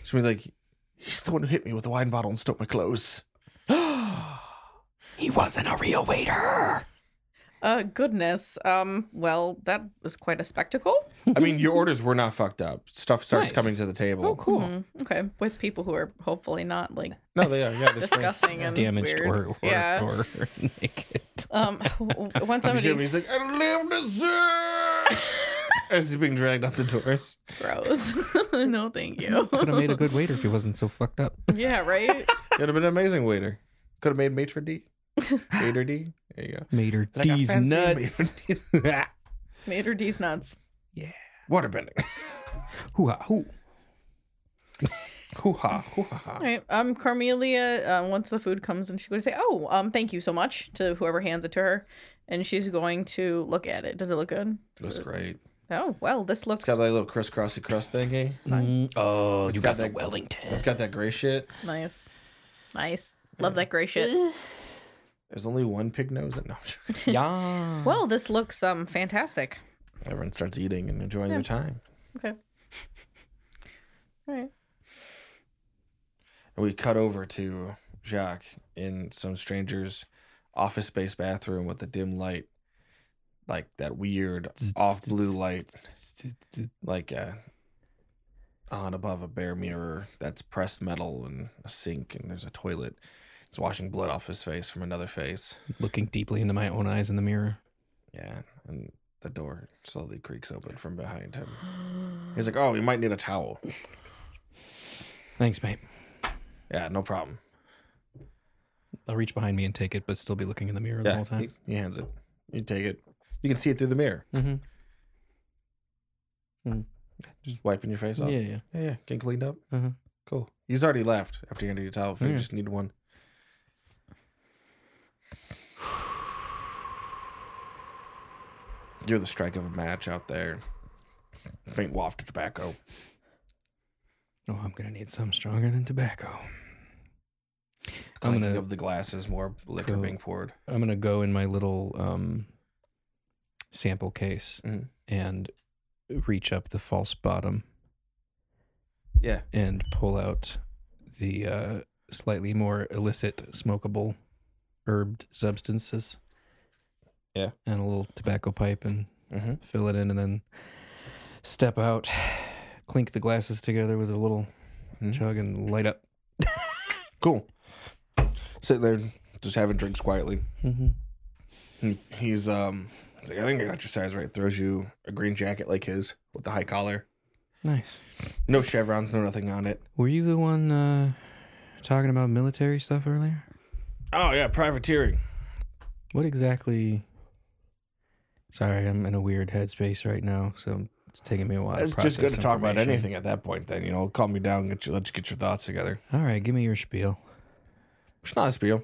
She was like, "He's the one who hit me with a wine bottle and stole my clothes." He wasn't a real waiter. Uh, goodness. Um, well, that was quite a spectacle. I mean, your orders were not fucked up. Stuff starts Nice. coming to the table. Oh, cool. Mhm. Okay, with people who are hopefully not like No, they are. Yeah, they're strange. disgusting and Damaged weird. or, or, yeah. or naked. Um, w- w- when I'm somebody assuming he's like, I live to serve. As he's being dragged out the doors. gross. no, thank you. Could have made a good waiter if he wasn't so fucked up. yeah, right. It'd have been an amazing waiter. Could have made maitre d. Waiter d. There you go. Made her Like a D's fancy nuts. maitre d'. Mater D's nuts. Waterbending. Hoo-ha, hoo. Hoo ha, hoo ha, Ah. ha. All right. Um, Carmelia, uh, once the food comes and she would say, Oh, um, thank you so much to whoever hands it to her. And she's going to look at it. Does it look good? That's great. Oh, well, this looks. It's got that little crisscrossy crust thingy. Oh, It's you got got, the that- Wellington. It's got that gray shit. Nice. Nice. Mm. Love that gray shit. There's only one pig nose. No, I'm joking. Yeah. well, this looks um fantastic. everyone starts eating and enjoying their time. Okay. All right. And we cut over to Jacques in some stranger's office space bathroom with the dim light, like that weird off blue light, like uh, on above a bare mirror that's pressed metal and a sink, and there's a toilet. It's washing blood off his face from another face. Looking deeply into my own eyes in the mirror. Yeah, and the door slowly creaks open from behind him. He's like, "Oh, you might need a towel." Thanks, mate. Yeah, no problem. I'll reach behind me and take it, but still be looking in the mirror the Yeah, whole time. he, he hands it. You take it. You can see it through the mirror. Mm-hmm. Just wiping your face off. Yeah, yeah. Yeah, yeah. Getting cleaned up. Uh-huh. Cool. He's already left after you handed your towel. If you Yeah. just need one. You're the strike of a match out there. Faint waft of tobacco. Oh, I'm gonna need something stronger than tobacco. Clinking gonna- of the glasses, more liquor Go. being poured. I'm gonna go in my little um, sample case Mhm. and reach up the false bottom Yeah. and pull out the uh, slightly more illicit smokable herbed substances. Yeah. And a little tobacco pipe and Mm-hmm. fill it in and then step out, clink the glasses together with a little Mhm. chug and light up. Cool. Sitting there, just having drinks quietly. Mm-hmm. And He's um, he's like, I think I got your size right. Throws you a green jacket like his with the high collar, Nice. no chevrons, no nothing on it. Were you the one uh, talking about military stuff earlier? Oh yeah, privateering. What exactly? Sorry, I'm in a weird headspace right now, so it's taking me a while. It's just good process to talk about information. anything at that point. Then you know, calm me down, get you, let you get your thoughts together. All right, give me your spiel. It's not a spiel.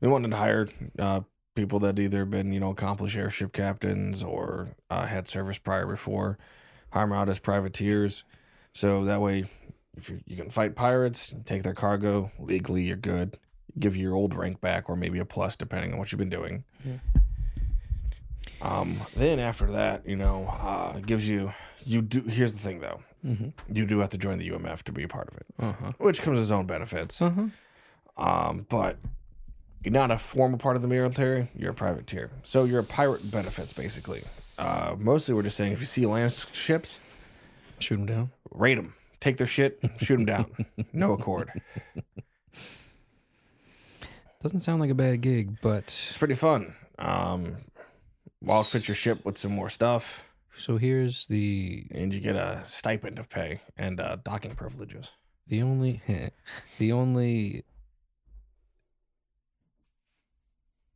We wanted to hire uh, people that either been you know accomplished airship captains or uh, had service prior before, hire 'em out as privateers, so that way if you, you can fight pirates, take their cargo legally, you're good. Give you your old rank back or maybe a plus depending on what you've been doing. Um, then after that, you know, uh, it gives you you do. Here's the thing though, Mhm. you do have to join the UMF to be a part of it, Uh huh. which comes with its own benefits. Uh huh. Um, but you're not a formal part of the military. You're a privateer, so you're a pirate benefits basically. Uh, mostly, we're just saying if you see land ships, Shoot him down. raid them, take their shit, shoot them down. No accord. Doesn't sound like a bad gig, but It's pretty fun. Um, we'll outfit your ship with some more stuff, so here's the and you get a stipend of pay and uh, docking privileges. the only the only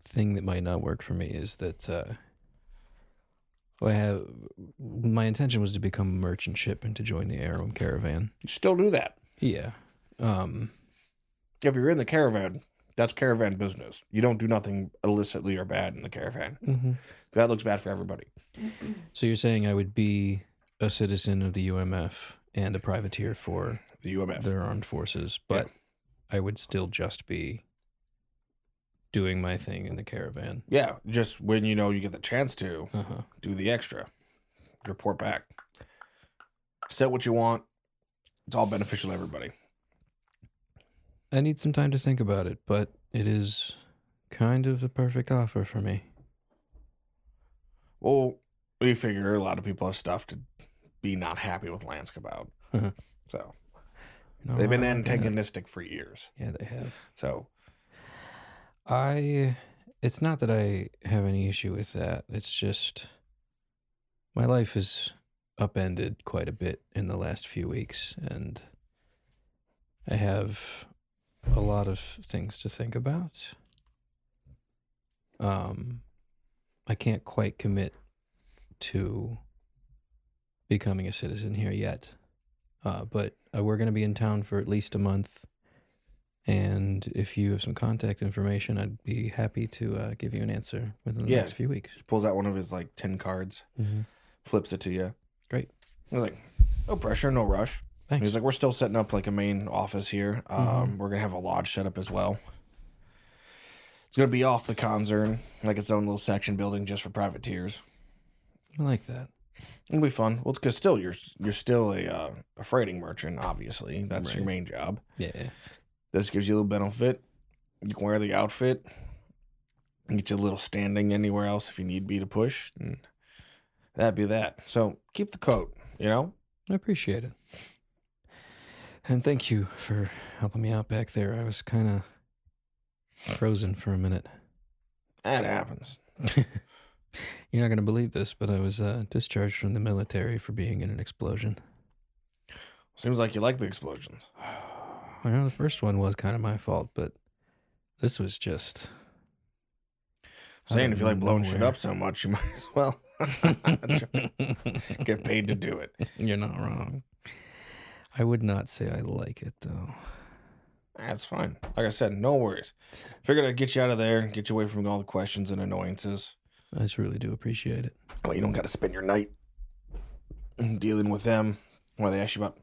thing that might not work for me is that uh, I have my intention was to become a merchant ship and to join the Arum caravan. You still do that Yeah. Um. if you're in the caravan. That's caravan business. You don't do nothing illicitly or bad in the caravan. That looks bad for everybody. So you're saying I would be a citizen of the UMF and a privateer for The UMF. their armed forces, but I would still just be doing my thing in the caravan. Yeah, just when you know you get the chance to Uh huh. do the extra, report back, set what you want. It's all beneficial to everybody. I need some time to think about it, but it is kind of the perfect offer for me. Well, we figure a lot of people have stuff to be not happy with Lansk about. so No, they've Mm-hmm. Oh, I been get it. antagonistic for years. Yeah, they have. So I. It's not that I have any issue with that. It's just my life is upended quite a bit in the last few weeks, and I have a lot of things to think about. Um, I can't quite commit to becoming a citizen here yet, uh, but uh, we're going to be in town for at least a month. And if you have some contact information, I'd be happy to uh, give you an answer within the Yeah. next few weeks. he pulls out one of his like ten cards, Mm-hmm. flips it to you. Great. I was like, no pressure, no rush. Thanks. Mm-hmm. He's like, we're still setting up like a main office here. Um, We're gonna have a lodge set up as well. It's gonna be off the concern, like its own little section building just for privateers. I like that. It'll be fun. Well, because still you're you're still a uh, a freighting merchant, obviously. That's your Right. main job. Yeah. This gives you a little benefit. You can wear the outfit. and Get you a little standing anywhere else if you need be to push, and that'd be that. So keep the coat, you know. I appreciate it. And thank you for helping me out back there. I was kind of frozen for a minute. That happens. You're not going to believe this, but I was uh, discharged from the military for being in an explosion. Seems like you like the explosions. I know the first one was kind of my fault, but this was just. out Saying of if you like blowing shit nowhere. up so much, you might as well get paid to do it. You're not wrong. I would not say I like it, though. That's fine. Like I said, no worries. Figured I'd get you out of there, get you away from all the questions and annoyances. I just really do appreciate it. Well, you don't got to spend your night dealing with them. Why they ask you about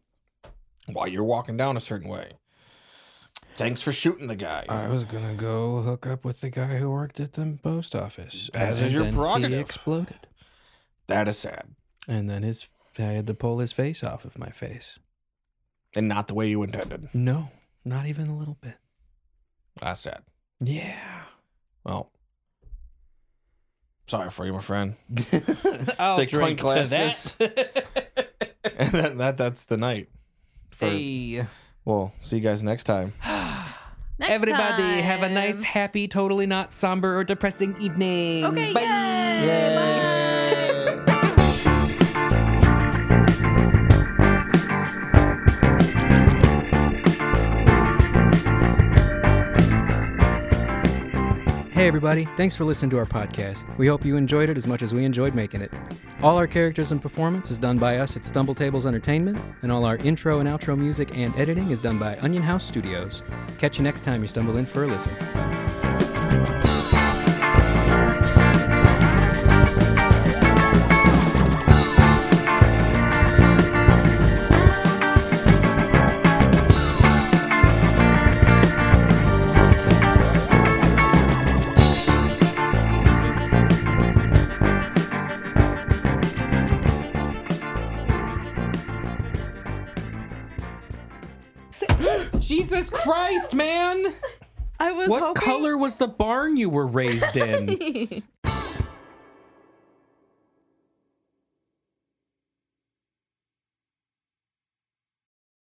why you're walking down a certain way. Thanks for shooting the guy. I was gonna go hook up with the guy who worked at the post office. As and is your then prerogative. He exploded, that is sad. and then his I had to pull his face off of my face. And not the way you intended. No, not even a little bit. That's sad. Yeah. Well, sorry for you, my friend. I'll They drink clink Oh, to that. and that, that that's the night. For, Hey. Well, see you guys next time. Next Everybody, have a time. nice, happy, totally not somber or depressing evening. Okay, Bye. yay, Bye. Hey, everybody, thanks for listening to our podcast. We hope you enjoyed it as much as we enjoyed making it. All our characters and performance is done by us at Stumble Tables Entertainment, and all our intro and outro music and editing is done by Onion House Studios. Catch you next time you stumble in for a listen. Jesus Christ, man! I was What hoping- color was the barn you were raised in?